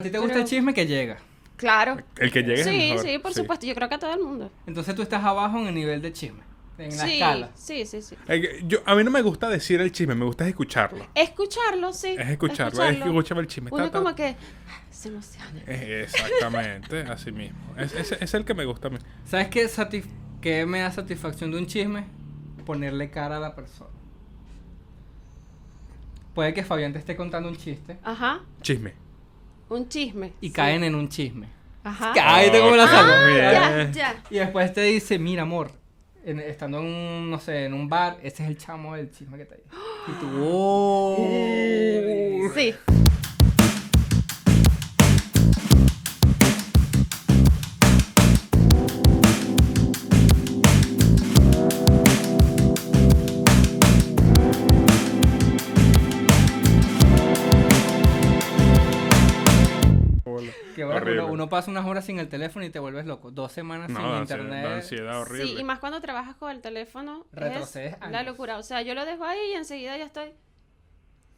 A ti te gusta el Pero- chisme que llega. Claro. El que llegue es el Sí, mejor, sí, por sí. supuesto. Yo creo que a todo el mundo. Entonces tú estás abajo en el nivel de chisme, en la sí, escala. sí, sí, sí. Ay, que- Eh, Yo, a mí no me gusta decir el chisme, me gusta escucharlo. Escucharlo, sí. Es escucharlo, es que escúchame el chisme, ta, Uno ta, como ta. que ah, se emociona. Eh, Exactamente, así mismo. Es, es- es el que me gusta a mí. ¿Sabes qué, satis- qué me da satisfacción de un chisme? Ponerle cara a la persona. Puede que Fabián te esté contando un chiste Ajá. Chisme. Un chisme. y sí. caen en un chisme. Ajá. Ca- Ahí te como la Ok, saco. Ya, bien. ya. Y después te dice, mira amor, en- estando en un, no sé, en un bar, ese es el chamo del chisme que te dice. Y tú, Eh. "Oh". Sí. Que bueno, Horrible. uno, uno pasa unas horas sin el teléfono y te vuelves loco. Dos semanas No, sin da ansiedad, da internet. ansiedad Ah, horrible. Sí, y más cuando trabajas con el teléfono. es Retrocedes La años. locura. O sea, yo lo dejo ahí y enseguida ya estoy.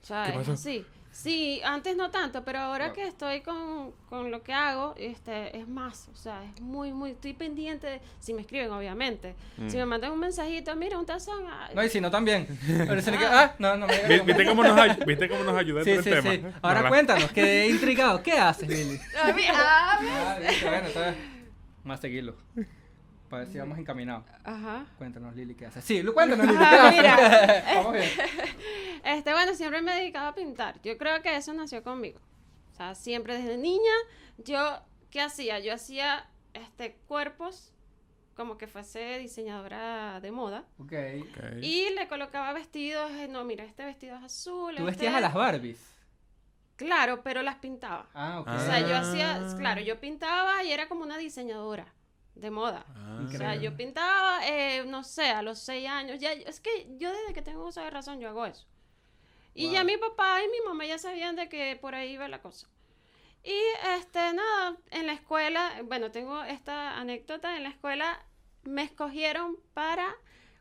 O sea, ¿Qué es pasó? así. Sí, antes no tanto, pero ahora Claro. que estoy con, con lo que hago, este, es más, o sea, es muy, muy, estoy pendiente, de- si me escriben, obviamente, si Mm. me mandan un mensajito, mira, un tazón, ah, ay, No, y si no también. Pero se le queda, ah, no, no me Vi- llega. ¿Viste cómo nos, ay- ¿Viste cómo nos ayuda Sí, todo sí, el sí. tema? Ahora Nos la- cuéntanos, quedé intrigado. ¿Qué haces, Lili? A mí- a mí- Ah, listo, bueno, está bien. Vamos a seguirlo. Para ver si vamos encaminados. Ajá. Cuéntanos, Lili, ¿qué haces? Sí, lo- cuéntanos, Lili, ¿qué Ah, haces? Vamos bien. Este, bueno, siempre me he dedicado a pintar. Yo creo que eso nació conmigo. O sea, siempre desde niña, yo, ¿qué hacía? Yo hacía este, cuerpos como que fuese diseñadora de moda. Ok. Ok. Y le colocaba vestidos, eh, no, mira, este vestido es azul. Tú este- vestías a las Barbies. Claro, pero las pintaba. Ah, ok. O sea, yo Ah. hacía, claro, yo pintaba y era como una diseñadora de moda. Ah. O sea, yo pintaba, eh, no sé, a los seis años. Ya, es que yo desde que tengo uso de razón, yo hago eso. Y ya Wow. mi papá y mi mamá ya sabían de que por ahí iba la cosa. Y este, nada, en la escuela, bueno, tengo esta anécdota, en la escuela me escogieron para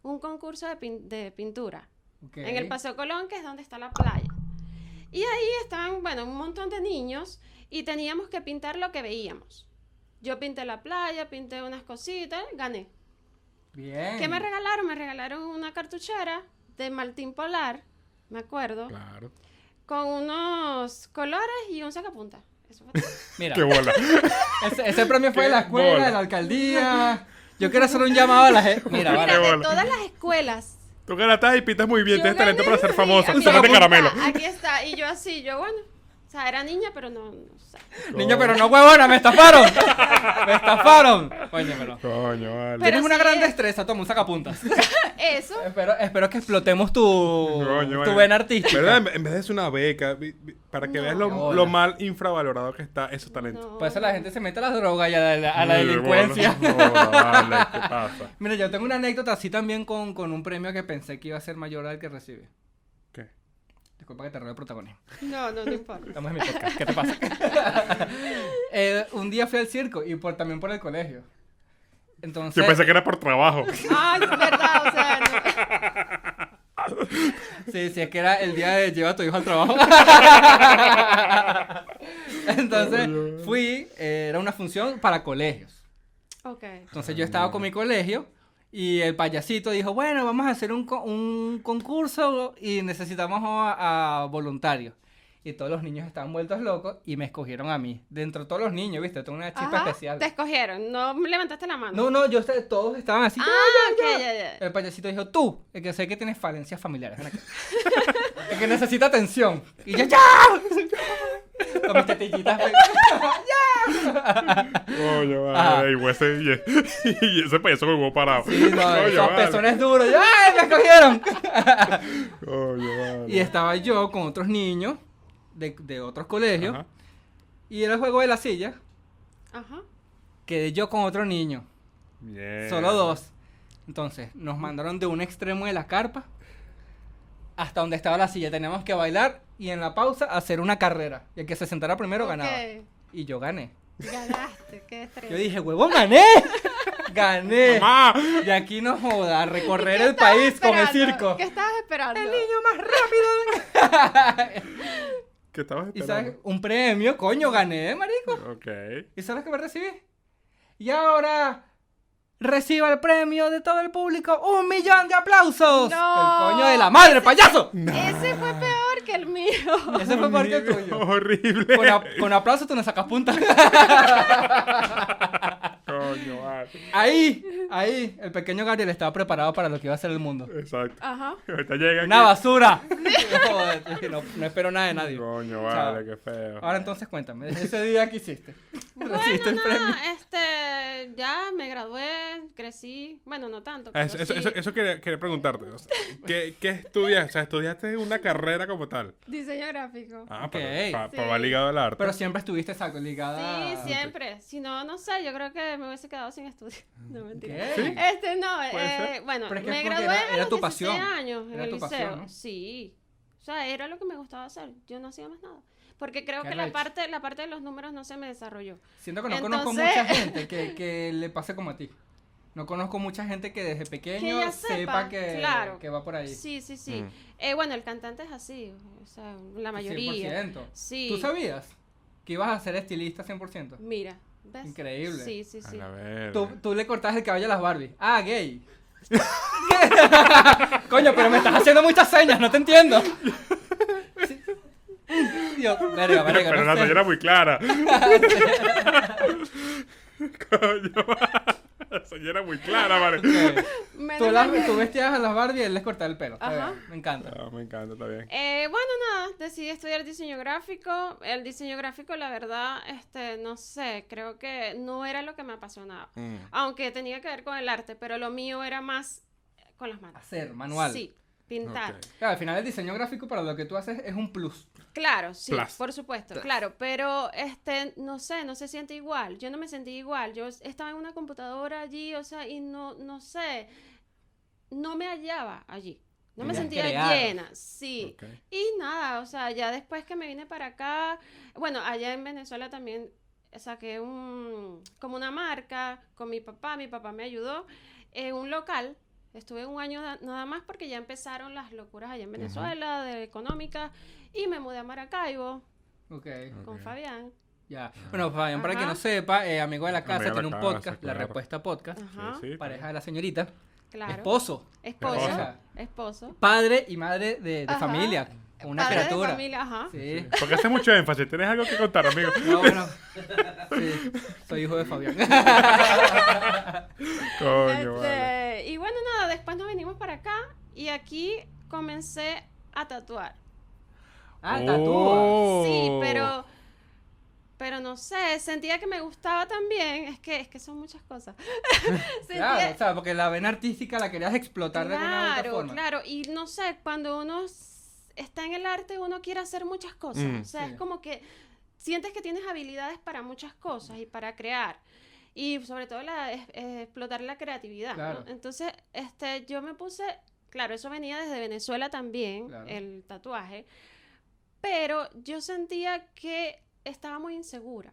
un concurso de, pin- de pintura Ok. en el Paseo Colón, que es donde está la playa. Y ahí estaban, bueno, un montón de niños y teníamos que pintar lo que veíamos. Yo pinté la playa, pinté unas cositas, gané. Bien. ¿Qué Em. me regalaron? Me regalaron una cartuchera de Martín Polar, me acuerdo, Claro. con unos colores y un sacapunta. Eso fue todo. Mira, Qué bola. ese, ese premio fue de la Qué escuela, bola. de la alcaldía. Yo quiero hacer un llamado a la gente. Mira, Mira, vale. Qué de bola. todas las escuelas. Tú que la estás y pintas muy bien, yo tienes talento gané, para ser sí, famosa. aquí Sácate está, caramelo. Aquí está, y yo así, yo bueno. O sea, era niña, pero no, no sé. Niño, pero no huevona, me estafaron. Me estafaron. Coño, pero. Coño, vale. Pero Tienes una sí gran es. destreza, toma un sacapuntas. Eso. espero, espero que explotemos tu, Coño, tu vale. vena artística. ¿Verdad? En- En vez de ser una beca, vi- vi- para que No. veas Qué lo, bola. lo mal infravalorado que está esos talentos. no. Por Pues eso la gente se mete a las drogas y a la, a la Sí, delincuencia. bueno, no, vale, ¿qué pasa? Mira, yo tengo una anécdota así también con, con un premio que pensé que iba a ser mayor al que recibí. ¿Qué? Disculpa que te robe el protagonismo. No, no, no importa. Estamos en mi podcast. ¿Qué te pasa? Eh, un día fui al circo y por, también por el colegio. Entonces, Yo pensé que era por trabajo. Ay, es verdad, o sea, no. sí, sí, es que era el día de lleva a tu hijo al trabajo. Entonces, fui, eh, era una función para colegios. Ok. Entonces yo estaba con mi colegio y el payasito dijo, bueno, vamos a hacer un, co- un concurso y necesitamos a, a voluntarios. Y todos los niños estaban vueltos locos y me escogieron a mí. Dentro de todos los niños, ¿viste? Tengo una chispa Ajá, especial. Te escogieron, no levantaste la mano. No, no, yo est- todos estaban así. ah, ok, ya, ya. El payasito dijo, tú, el que sé que tienes falencias familiares. ven acá. el que necesita atención. Y yo, ¡ya! Con mis tetillitas. pues. ven. Coño, Ajá. vale. Ah, Y ese, y ese, y ese payaso con huevo parado. Sí, no, Coño, esos vale. pezones duros. Yo, ¡Ay, me escogieron! Coño, vale. Y estaba yo con otros niños de, de otros colegios. Ajá. Y era el juego de la silla. Ajá. Quedé yo con otro niño. Bien. Solo dos. Entonces, nos mandaron de un extremo de la carpa hasta donde estaba la silla. Teníamos que bailar y en la pausa hacer una carrera. Y el que se sentara primero ganaba. Ok, Y yo gané. Ganaste, qué estrés. Yo dije, huevón, gané. gané. ¡Mamá! Y aquí no joda, recorrer el país con el circo. ¿Qué estabas esperando? El niño más rápido. ¿Qué estabas Y sabes, esperando? un premio, coño, gané, marico. Ok. ¿Y sabes qué me recibí? Y ahora reciba el premio de todo el público, un millón de aplausos. No. El coño de la madre, payaso. Ese fue peor que el mío. Ese fue parte Amigo, tuyo. Horrible. Con, a- con aplausos tú no sacas punta. Coño, vale. Ahí, ahí, el pequeño Gabriel estaba preparado para lo que iba a ser el mundo. Exacto. Ajá. Ahorita llega Una aquí. basura. Joder, no, no espero nada de nadie. Coño, Chao. vale, qué feo. Ahora entonces cuéntame, ese día que hiciste. Recibiste el premio. Nada, este, ya me gradué, crecí, bueno, no tanto. Ah, Pero Eso, eso, sí. eso- eso quería, quería preguntarte. o sea, ¿qué, ¿Qué estudias? O sea, ¿estudiaste una carrera como tal? Diseño gráfico. Ah, Ok. pero pa- Sí. pa- va ligado al arte. Mm. Pero siempre estuviste saco ligada. Sí, siempre. Si no, no sé, yo creo que me hubiese quedado sin estudio. No, mentira. Ok. ¿Sí? Este, no, Puede eh, ser. bueno, Pero es que me es porque gradué era- a era los tu pasión. 16 años en Era el tu liceo. pasión, ¿no? Sí. O sea, era lo que me gustaba hacer. Yo no hacía más nada. Porque creo Qué que la arrecho. parte, la parte de los números no se me desarrolló. Siento que no conozco mucha Entonces- gente que, que le pase como a ti. No conozco mucha gente que desde pequeño ya sepa, sepa, que, claro. que va por ahí. Mm. Sí, sí, sí. Ujú. Eh, bueno, el cantante es así. O sea, la mayoría. 100%. Sí. ¿Tú sabías que ibas a ser estilista 100%? Mira, ¿ves? Increíble. Sí, sí, A sí. la verga. Tú, tú le cortabas el cabello a las Barbie. Ah, gay. Coño, pero me estás haciendo muchas señas, no te entiendo. Sí. Dios, verga, verga. Pero no la sé. tuya era muy clara. Coño, la tuya era muy clara, vale. Ok. Menos Tú, las, mal que- tú vestías a las Barbie y él les cortaba el pelo. Está Ajá. bien, Me encanta. Ah, me encanta, está bien. Eh, bueno, nada, decidí estudiar diseño gráfico. El diseño gráfico, la verdad, este, no sé, creo que no era lo que me apasionaba. Aunque tenía que ver con el arte, pero lo mío era más eh, con las manos. Hacer, manual. Sí, pintar. Ok. Claro, al final el diseño gráfico para lo que tú haces es un plus. Claro, sí, Plus. por supuesto, Plus. claro, pero este, no sé, no se siente igual. Yo no me sentí igual. Yo estaba en una computadora allí, o sea, y no, no sé, no me hallaba allí. No me Querías sentía crear. llena, sí. Ok. Y nada, o sea, ya después que me vine para acá, bueno, allá en Venezuela también saqué un, como una marca con mi papá, mi papá me ayudó en un local, estuve un año na- nada más porque ya empezaron las locuras allá en Venezuela, de económicas, y me mudé a Maracaibo Ok, con Ok. Fabián. ya. Bueno, Fabián, para Ajá. quien no sepa, eh, amigo de la casa, Amigo de tiene la un casa, podcast, La claro. Respuesta Podcast. Ajá, Sí, sí, está Pareja bien. de la señorita. claro. Esposo. Esposo. Esposa. Esposo. Padre y madre de, de Ajá. familia. con Una Padre de criatura. familia, ajá. Sí. Porque hace mucho énfasis. Tienes algo que contar, amigo. No, bueno. Sí. Soy hijo de Fabián. Coño, Este, vale. Y bueno, nada, después nos venimos para acá y aquí comencé a tatuar. ah, tatúa. Oh. Sí, pero pero no sé, sentía que me gustaba también, es que es que son muchas cosas. Sentía- Claro, o sea, porque la vena artística la querías explotar de alguna u otra claro, forma. claro, y no sé, cuando uno s- está en el arte uno quiere hacer muchas cosas, Mm. o sea, Sí. es como que sientes que tienes habilidades para muchas cosas y para crear. Y sobre todo la, es- es explotar la creatividad. ¿no? Claro. Entonces, este, yo me puse, claro, eso venía desde Venezuela también, Claro. el tatuaje, pero yo sentía que estaba muy insegura.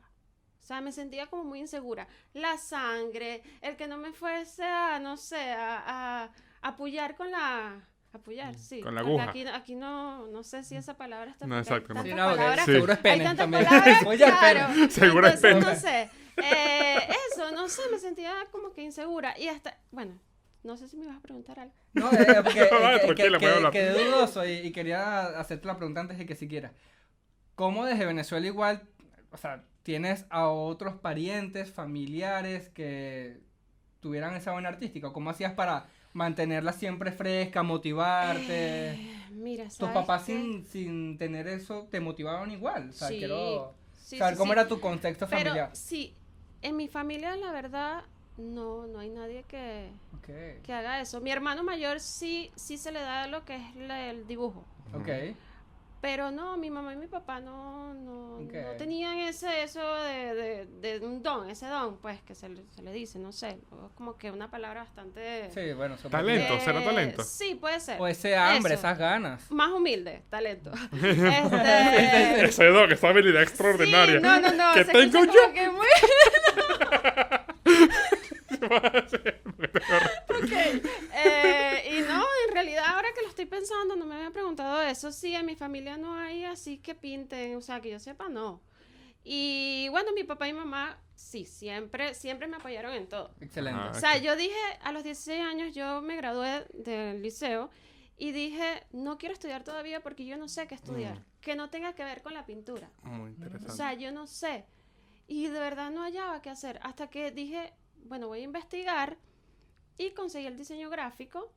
O sea, me sentía como muy insegura. La sangre, el que no me fuese a, no sé, a, a apoyar con la... Apoyar, sí. Mm, Con la aguja. aquí, aquí no, no sé si esa palabra está... No, porque hay exacto, no. Sí, tantas no, porque palabras Sí. seguro es pene hay tantas también. palabras, Voy al pene. claro. Seguro es Entonces, No pena. sé. eh, eso, no sé, me sentía como que insegura. Y hasta, bueno, no sé si me ibas a preguntar algo. No, eh, porque eh, Vale, que- que- tranquila, puede que- hablar. quedé dudoso y, y quería hacerte la pregunta antes de que siquiera. ¿Cómo desde Venezuela igual, o sea, tienes a otros parientes, familiares que tuvieran esa buena artística? ¿Cómo hacías para mantenerla siempre fresca, motivarte? Eh, mira, Tus ¿sabes papás qué? sin, sin tener eso te motivaron igual. O sea, Sí, quiero Sí, saber sí, cómo sí. era tu contexto Pero familiar. sí, en mi familia, la verdad, no, no hay nadie que, Ok, que haga eso. Mi hermano mayor sí, sí se le da lo que es la- el dibujo. ok. Pero no, mi mamá y mi papá no, no, no Ok. tenían ese, eso de, de- de un don, ese don, pues, que se le, se le dice, no sé, o es como que una palabra bastante... Sí, bueno. supongo. Talento. ¿será Eh, talento? Sí, puede ser. O ese hambre, Eso. esas ganas. Más humilde, talento. Este, Ese don, esa habilidad sí, extraordinaria. no, no, no, Que se tengo escucha yo. como que muy- Ok, eh, y no, en realidad ahora que lo estoy pensando, no me había preguntado eso sí, en mi familia no hay así que pinten, o sea, que yo sepa, no. Y bueno, mi papá y mamá, sí, siempre, siempre me apoyaron en todo. Excelente. Ajá. O sea, Ah, Ok. yo dije, a los 16 años yo me gradué del liceo y dije, no quiero estudiar todavía porque yo no sé qué estudiar, Mm. que no tenga que ver con la pintura. Muy interesante. O sea, yo no sé. Y de verdad no hallaba qué hacer. Hasta que dije, bueno, voy a investigar y conseguí el diseño gráfico,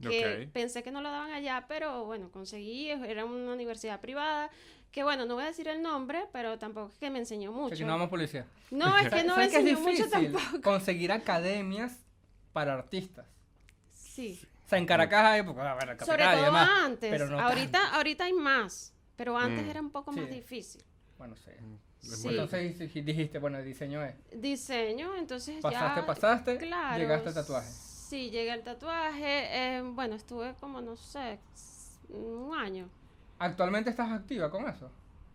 que Ok. Mm, pensé que no lo daban allá, pero bueno, conseguí, era una universidad privada, que bueno, no voy a decir el nombre, pero tampoco es que me enseñó O sea, mucho. que no vamos policía. No, es que no me ¿Sabes qué enseñó mucho tampoco. conseguir academias para artistas. Sí. O Mm. sea, en Caracas hay, porque, a ver, la Sobre capital y todo demás. antes. pero no ahorita, ahorita hay más. Pero antes Mm. era un poco más Sí. difícil. Bueno, sí. Es Sí. muy- Entonces dij- dijiste, bueno, el diseño es. Diseño, entonces Pasaste, ya. pasaste, Claro. llegaste al tatuaje. Sí, llegué al tatuaje. eh, bueno, estuve como, no sé, s- un año. ¿Actualmente estás activa con eso?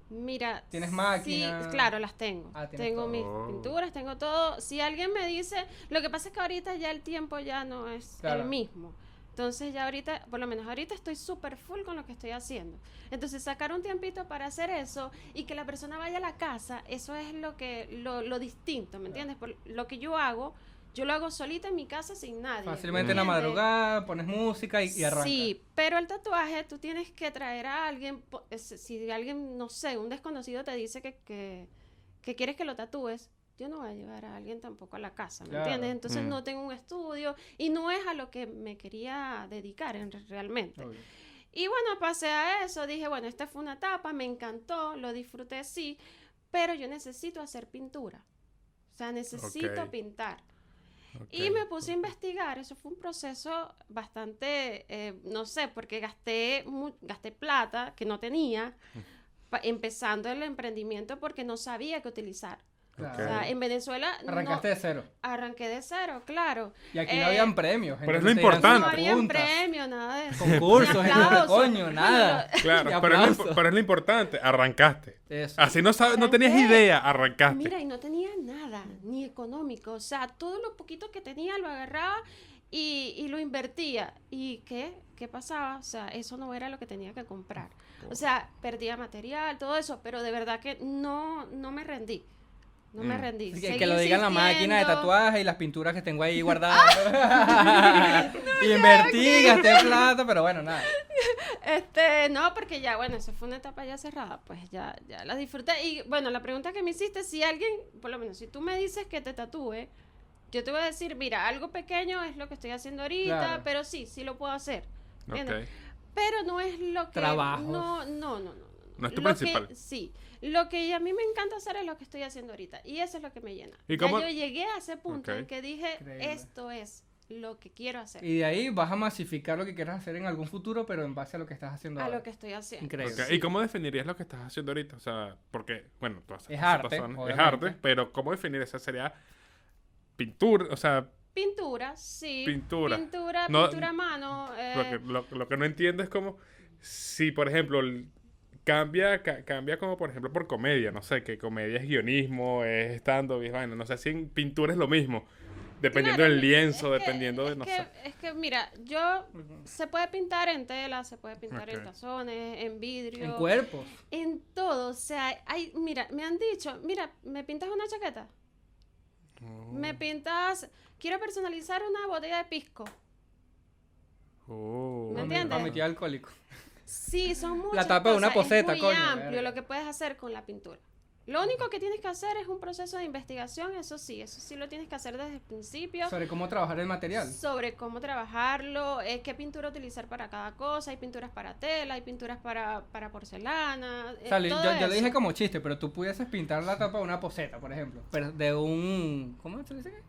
Mira. ¿Tienes Sí, máquina? claro, las tengo. Ah, tienes tengo todo. mis Oh. pinturas, tengo todo. Si alguien me dice, lo que pasa es que ahorita ya el tiempo ya no es Claro. el mismo. Entonces ya ahorita, por lo menos ahorita estoy súper full con lo que estoy haciendo. Entonces sacar un tiempito para hacer eso y que la persona vaya a la casa, eso es lo que lo, lo distinto, ¿me entiendes? Por lo que yo hago, yo lo hago solita en mi casa sin nadie. Fácilmente en la ¿entiendes? madrugada, pones música y, y arrancas. Sí, pero el tatuaje tú tienes que traer a alguien, po- eh, si- si alguien, no sé, un desconocido te dice que, que, que quieres que lo tatúes, yo no voy a llevar a alguien tampoco a la casa, ¿me Claro. entiendes? Entonces Mm. no tengo un estudio y no es a lo que me quería dedicar en, re- realmente. Obvio. Y bueno, pasé a eso, dije, bueno, esta fue una etapa, me encantó, lo disfruté, sí, pero yo necesito hacer pintura. O sea, necesito Ok. pintar. Ok. Y me puse a investigar, eso fue un proceso bastante, eh, no sé, porque gasté, mu- gasté plata que no tenía pa- empezando el emprendimiento porque no sabía qué utilizar. Claro. Ok. O sea, en Venezuela no- Arrancaste de cero. arranqué de cero, claro. Y aquí Eh, no habían premios. pero es entonces lo te iban No haciendo importante. había preguntas, premio, nada de eso. Concursos, Ni entonces, aplausos. coño, nada. Claro, Y pero es, lo, aplausos. imp- pero es lo importante, arrancaste. Eso. Así no sabes, no tenías Arranqué. idea, arrancaste. Mira, y no tenía nada, ni económico. O sea, todo lo poquito que tenía lo agarraba y, y lo invertía. ¿Y qué? ¿Qué pasaba? O sea, eso no era lo que tenía que comprar. O sea, perdía material, todo eso, pero de verdad que no, no me rendí. No me Mm. rendí. Así que, que Seguí lo diga la máquina de insistiendo. tatuajes y las pinturas que tengo ahí guardadas. Invertí, gasté plata, pero bueno, nada. Este, no, porque ya, bueno, eso fue una etapa ya cerrada, pues ya, ya la disfruté. Y bueno, la pregunta que me hiciste, si alguien, por lo menos, si tú me dices que te tatúe, yo te voy a decir, mira, algo pequeño es lo que estoy haciendo ahorita, Claro. pero sí, sí lo puedo hacer. ¿entiendes? Ok. Pero no es lo que... Trabajo. No, no, no, no. no. No es tu Lo que- principal. sí, lo que a mí me encanta hacer es lo que estoy haciendo ahorita y eso es lo que me llena. ¿Y Ya cómo- yo llegué a ese punto Ok. en que dije, Increíble. esto es lo que quiero hacer, Y de ahí vas a masificar lo que quieras hacer en algún futuro, pero en base a lo que estás haciendo a ahora. lo que estoy haciendo. Increíble. Ok, ¿Y cómo definirías lo que estás haciendo ahorita? O sea, porque, bueno, tú haces Es cosas, arte, tazones, es obviamente. arte, pero ¿cómo definir esa sería pintura? O sea, Pintura, sí. Pintura. Pintura, No- pintura a mano. eh, lo, que, lo, lo que no entiendo es como si, por ejemplo, l- cambia, ca- cambia como, por ejemplo, por comedia, no sé, que comedia es guionismo, es estando, es vaina, no sé si en pintura es lo mismo, dependiendo claro, del lienzo, es que- dependiendo de, es no que- sé. Es que, mira, yo. Se puede pintar en tela, se puede pintar en Ok. tazones, en vidrio. En cuerpos. en todo. O sea, hay. Mira, me han dicho, mira, ¿me pintas una chaqueta? Mm. ¿Me pintas.? Quiero personalizar una botella de pisco. Oh. ¿Me Para mi- entiendes? Para mi tío alcohólico. Sí, son muchas tapa de una cosas, poseta, es muy coño, amplio verga. lo que puedes hacer con la pintura. Lo único que tienes que hacer es un proceso de investigación, eso sí, eso sí lo tienes que hacer desde el principio. Sobre cómo trabajar el material. sobre cómo trabajarlo, eh, qué pintura utilizar para cada cosa. Hay pinturas para tela, hay pinturas para, para porcelana. eh, O sea, le- todo yo, yo lo eso. dije como chiste, pero tú pudieses pintar la tapa de una poseta, por ejemplo. Pero de un. ¿Cómo se le dice? ah,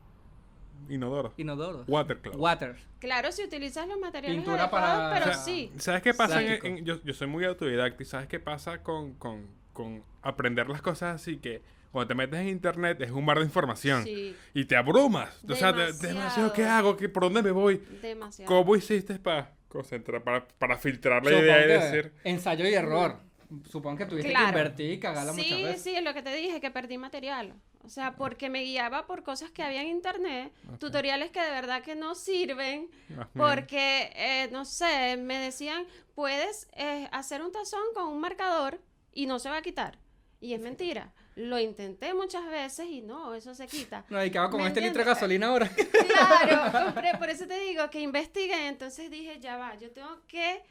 Inodoro. Inodoro. Watercloud. Water. Claro, si utilizas los materiales Pintura adecuados, para- pero O sea, sí. ¿Sabes qué pasa? en- Plástico. en- yo, yo soy muy autodidacta y ¿sabes qué pasa con, con- con aprender las cosas así que cuando te metes en internet es un mar de información Sí, y te abrumas? O sea, de- Demasiado. demasiado, ¿qué hago? ¿Qué, ¿Por dónde me voy? demasiado. ¿Cómo hiciste para concentrar, para, para filtrar la Supongo idea y que decir? Ensayo y error. Supongo que tuviste Claro. que invertir y cagarla muchas Sí, veces. sí, es lo que te dije, que perdí material. O sea, porque me guiaba por cosas que había en internet, Ok. tutoriales que de verdad que no sirven, Más bien. porque, eh, no sé, me decían, puedes eh, hacer un tazón con un marcador y no se va a quitar. Y es mentira. Lo intenté muchas veces y no, eso se quita. No, y que va con ¿Me este litro de entiendes? gasolina ahora. Claro, compré, por eso te digo que investigué, entonces dije, ya va, yo tengo que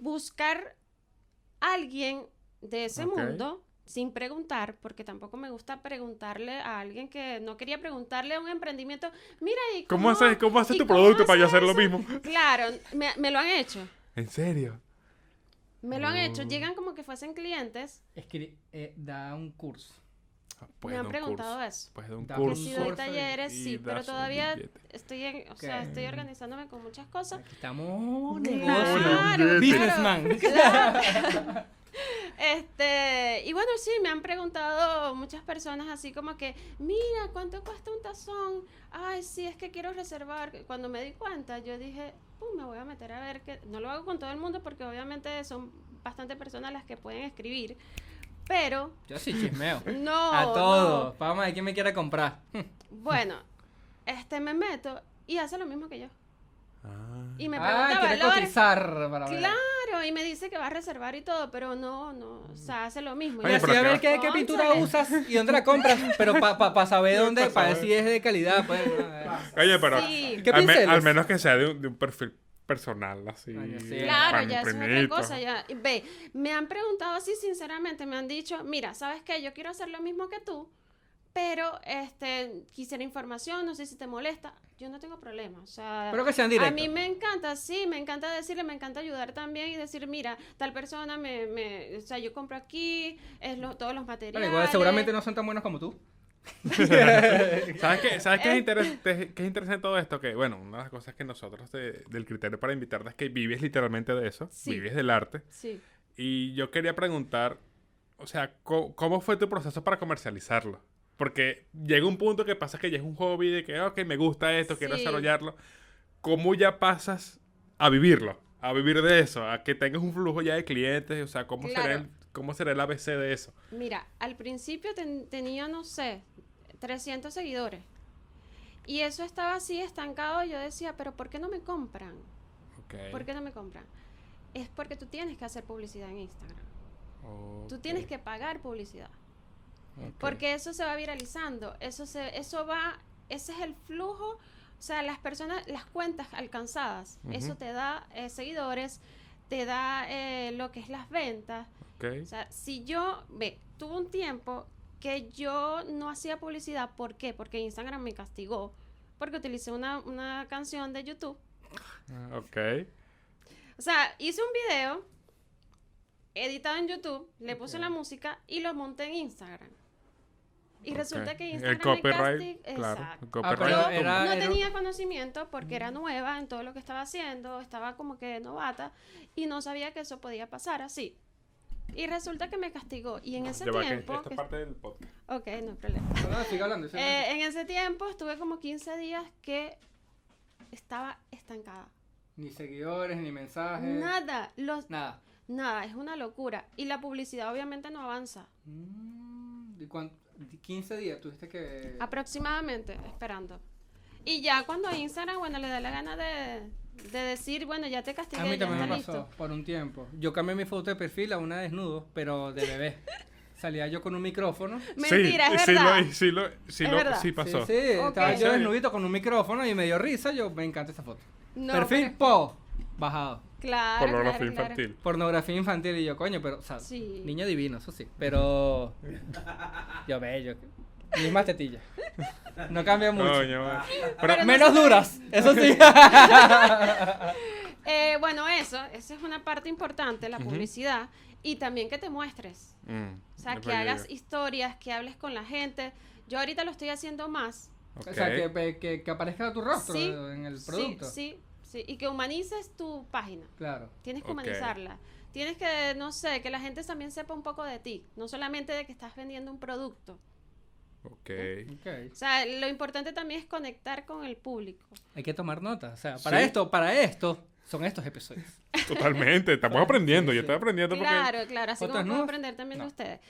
buscar alguien de ese Ok. mundo sin preguntar, porque tampoco me gusta preguntarle a alguien que no quería preguntarle a un emprendimiento, mira y ¿Cómo, cómo haces, cómo haces y tu cómo producto para yo haces hacer lo eso? mismo? Claro, me, me lo han hecho, ¿En serio? me lo han hecho, Oh. llegan como que fuesen clientes, Escri- eh, da un curso. Pues me da han un preguntado curso. eso. Pues da un Da Que Por si curso. doy curso talleres, y sí, pero das un todavía billete. estoy en, o sea, Ok. estoy organizándome con muchas cosas. Aquí estamos Claro, negocio. claro. Businessman. Este, y bueno, sí, me han preguntado muchas personas así como que, mira, ¿cuánto cuesta un tazón? Ay, sí, es que quiero reservar. Cuando me di cuenta, yo dije, "Pum, me voy a meter a ver que no lo hago con todo el mundo porque obviamente son bastante personas las que pueden escribir, pero Yo sí chismeo. no a no. todos. Vamos a ver quién me quiera comprar. Bueno, este me meto y hace lo mismo que yo. Ah. Y me ah, pregunta quiere valores. cotizar para ver. Claro, y me dice que va a reservar y todo, pero no, no, Mm. o sea, hace lo mismo. Y Oye, Oye, así- sí, pero a ver acá- qué, qué pintura Cónchale. usas y dónde la compras, pero para pa, pa saber dónde, Pa' para ver saber. si es de calidad, pues. no, a ver. Oye, pero Sí. ¿Qué al, me- pinceles? al menos que sea de un, de un perfil personal así. Coño, sí. Claro, pan ya eso es otra primito. cosa. Ya. Y Ve, me han preguntado así sinceramente, me han dicho, mira, ¿sabes qué? Yo quiero hacer lo mismo que tú, pero este, quisiera información, no sé si te molesta. Yo no tengo problema, o sea... Pero que sean a directos. mí me encanta, sí, me encanta decirle, me encanta ayudar también y decir, mira, tal persona me, me o sea, yo compro aquí, es lo- todos los Bueno, materiales. igual seguramente no son tan buenos como tú. ¿Sabes qué, ¿sabes qué, es interesante, qué es interesante todo esto? Que, bueno, una de las cosas que nosotros de- del criterio para invitarte es que vives literalmente de eso, Sí. vives del arte. Sí. Y yo quería preguntar, o sea, co- ¿cómo fue tu proceso para comercializarlo? Porque llega un punto que pasa que ya es un hobby de que, ok, me gusta esto, quiero Sí. desarrollarlo. ¿Cómo ya pasas a vivirlo? A vivir de eso, a que tengas un flujo ya de clientes, o sea, ¿cómo, será, Claro. el, cómo será el ABC de eso? Mira, al principio ten- tenía, no sé, 300 seguidores. Y eso estaba así estancado. y Yo decía, pero ¿por qué no me compran? Ok. ¿Por qué no me compran? Es porque tú tienes que hacer publicidad en Instagram. Tú Ok. tienes que pagar publicidad. Ok. Porque eso se va viralizando. Eso, se, eso va, ese es el flujo. O sea, las personas, las cuentas alcanzadas. Eso Ujú. te da eh, seguidores, te da eh, lo que es las ventas. Ok. O sea, si yo, ve, tuve un tiempo que yo no hacía publicidad, ¿por qué? Porque Instagram me castigó, porque utilicé una, una canción de YouTube. Ah, ok. O sea, hice un video editado en YouTube, le puse Ok. la música y lo monté en Instagram. Y resulta Ok. que Instagram El Ah, copyright, me castigó. claro. Mm. Exacto. El copyright pero tumba. era- no tenía conocimiento porque era nueva en todo lo que estaba haciendo, estaba como que novata y no sabía que eso podía pasar así. Y resulta que me castigó y en ese Ya va, que tiempo... Esta que- parte del podcast. Ok, no hay problema. No, sigue hablando. sigue hablando. Eh, en ese tiempo estuve como 15 días que estaba estancada. Ni seguidores, ni mensajes. Nada, los, Nada. nada, es una locura. Y la publicidad obviamente no avanza. Mm, ¿y cuán- 15 días tuviste que. Ah, Aproximadamente, esperando. Y ya cuando Instagram, bueno, le da la gana de, de decir, bueno, ya te A castigué, mí ya también está me listo. pasó por un tiempo. Yo cambié mi foto de perfil a una desnudo, pero de bebé. Salía yo con un micrófono. Mentira, sí, es sí lo- verdad. y sí lo, sí Es lo- verdad. sí pasó. Sí, sí, Ok. estaba ¿En yo serio? desnudito con un micrófono y me dio risa. Yo me encanta esa foto. No, perfil, pero- po, bajado. claro, Por lo claro, menos fue claro. infantil. Pornografía infantil y yo, coño, pero, o sea, Sí. niño divino, eso sí. Pero. Yo bello. Mismas tetillas. No cambia mucho. Coño, vale. Pero Pero no menos se te- duras, eso sí. Eh, bueno, eso, esa es una parte importante, la publicidad. Y también que te muestres. Mm, O sea, no que fue hagas idea. historias, que hables con la gente. Yo ahorita lo estoy haciendo más. O sea, Ok. que, que, que aparezca tu rostro Sí, en el sí, producto. Sí, sí, Y que humanices tu página. Claro. Tienes que Ok. humanizarla. Tienes que, no sé, que la gente también sepa un poco de ti. No solamente de que estás vendiendo un producto. Ok. Ok. O sea, lo importante también es conectar con el público. Hay que tomar nota. O sea, para Sí. esto, para esto, son estos episodios. Totalmente, estamos aprendiendo, yo estoy aprendiendo porque... Claro, claro. Así ¿Fotos como puedo nudas? aprender también No. de ustedes.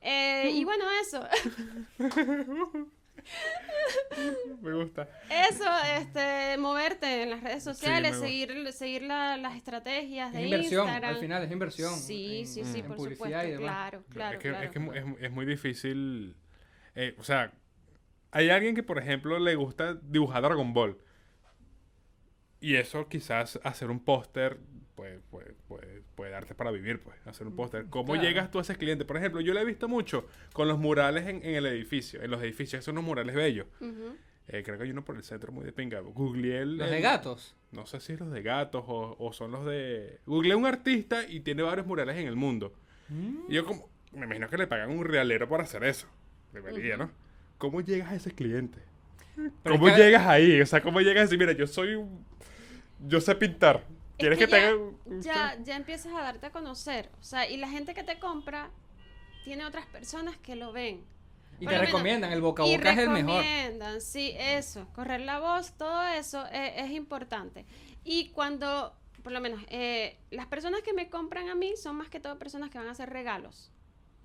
Eh, Mm. y bueno, eso. Me gusta. Eso, este, moverte en las redes sociales, me gusta. seguir, seguir la- las estrategias de Es inversión, Instagram. al final es inversión. Sí, en- sí, sí, en por publicidad supuesto. y demás. Claro, claro. es que, claro. es, que mu- es mu- es muy difícil. eh, o sea, hay alguien que, por ejemplo, le gusta dibujar Dragon Ball. Y eso quizás hacer un póster pues, pues, pues, puede darte para vivir, pues, hacer un póster. ¿Cómo Claro. llegas tú a ese cliente? Por ejemplo, yo lo he visto mucho con los murales en, en el edificio, en los edificios, son unos murales bellos. Ujú. Eh, creo que hay uno por el centro muy de pinga. Googleé el... Los de el- gatos. No sé si es los de gatos o, o son los de... Googleé un artista y tiene varios murales en el mundo. Mm. Y yo como, me imagino que le pagan un realero para hacer eso. Debería, ¿no? ¿Cómo llegas a ese cliente? Pero es ¿Cómo que- llegas ahí? O sea, ¿cómo llegas a decir, mira, yo soy un... Yo sé pintar. ¿Quieres Es que que, ya- te haga un- un- Ya, ya empiezas a darte a conocer. O sea, y la gente que te compra tiene otras personas que lo ven. Y Por te lo menos- recomiendan, el boca a y boca es el mejor. recomiendan, sí, eso, correr la voz, todo eso eh, es, importante. Y cuando, por lo menos, eh, las personas que me compran a mí son más que todo personas que van a hacer regalos.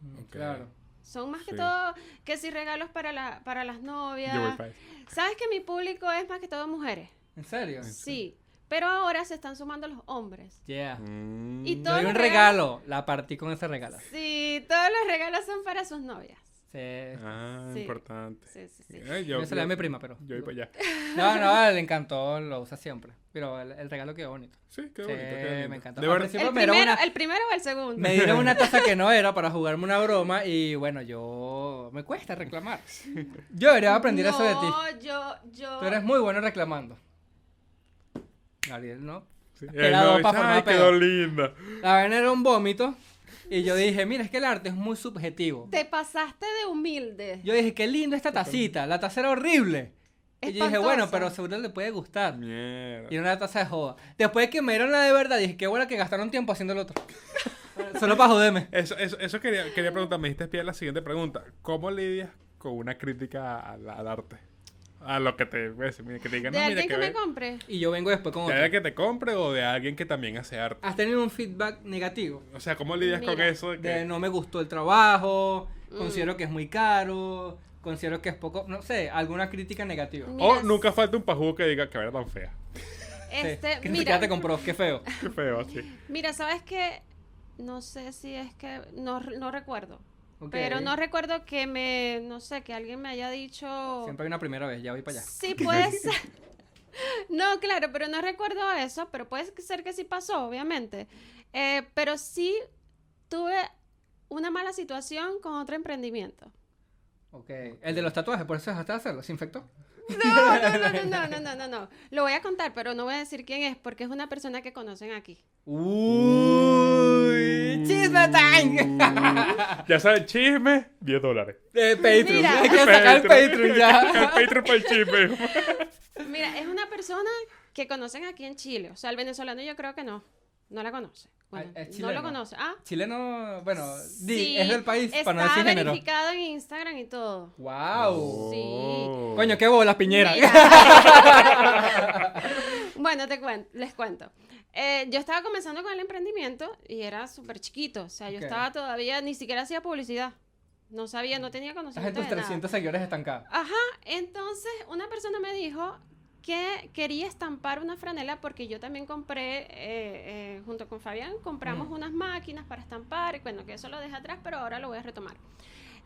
Mm, Ok. Claro. Son más que Sí. todo que si regalos para, la, para las Yo voy novias. para eso. Sabes que mi público es más que todo mujeres. ¿En serio? Sí. Sí, pero ahora se están sumando los hombres. Yeah. Mm. Y Te todos doy los un regalos- regalo. La partí con ese regalo. Sí, todos los regalos son para sus novias. Sí. Ah, Sí. importante. Sí, sí, sí. Eh, yo, Yo se la yo- di a mi prima, pero. yo voy para allá. No, no, le encantó, lo usa siempre. Pero el, el regalo quedó bonito. Sí, qué Sí, bonito. qué me lindo. encantó. De Al verdad, principio- Sí, El pero primero, una- el primero o el segundo. Me dieron una taza que no era para jugarme una broma y bueno, yo me cuesta reclamar. Yo debería aprender eso de ti. No, yo, yo. Tú eres muy bueno reclamando. Gabriel, ¿no? sí. Te Él la doy no pa' dice, formar Ay, pedo". quedó linda. La vaina era un vómito y yo dije, mira, es que el arte es muy subjetivo. Te pasaste de humilde. Yo dije, qué linda esta tacita, la taza era horrible. Y yo dije, Espantosa. bueno, pero seguro le puede gustar. Mierda. Y era una taza de joda. Después que me dieron la de verdad, dije, qué bueno que gastaron tiempo haciendo el otro. Solo para joderme. Eso, eso, eso quería, quería preguntar, me diste pie a la siguiente pregunta. ¿Cómo lidias con una crítica al, al arte? A lo que te ves, mira, que te digan, de no, mira, alguien que, que me ve- compre. Y yo vengo después con de otro. alguien que te compre o de alguien que también hace arte. ¿Has tenido un feedback negativo? O sea, ¿cómo lidias con Mira, eso? De que, De no me gustó el trabajo, Mm. considero que es muy caro, considero que es poco, no sé, alguna crítica negativa. Mm. o Mira, "Oh, nunca falta un pajú que diga que era tan fea. Sí, Este, que ni mira, siquiera te compró, qué feo. Qué feo, así. mira, ¿sabes qué? No sé si es que. No, no recuerdo. Ok. Pero no recuerdo que me. No sé, que alguien me haya dicho. Siempre hay una primera vez, ya voy para allá. Sí, puede ser. No, claro, pero no recuerdo eso, pero puede ser que sí pasó, obviamente. Eh, pero sí tuve una mala situación con otro emprendimiento. Ok. El de los tatuajes, por eso dejaste de hacerlo, se infectó. No, no, no, no, no, no, no, no, no. Lo voy a contar, pero no voy a decir quién es, porque es una persona que conocen aquí. Uy, chisme time. ya sabes, chisme, 10 dólares. De Patreon, Mira. hay que sacar el Patreon Hay que ya. sacar el Patreon para el chisme. Mira, es una persona que conocen aquí en Chile. O sea, el venezolano yo creo que no. No la conoce. Bueno, Ah, es no chileno. lo conoce. Ah, Chileno, bueno, di, sí, es del país, para no está decir género. verificado en Instagram y todo. Wow. Sí. Oh. Coño, qué bolas, Piñera. Mira. bueno, te cuen- les cuento. Eh, yo estaba comenzando con el emprendimiento y era súper chiquito. O sea, yo Ok. estaba todavía, ni siquiera hacía publicidad. No sabía, no tenía Estás en conocimiento tus de nada. 300 seguidores estancados. Ajá, entonces una persona me dijo que quería estampar una franela porque yo también compré, eh, eh, junto con Fabián, compramos Mm. unas máquinas para estampar, y bueno, que eso lo dejé atrás, pero ahora lo voy a retomar.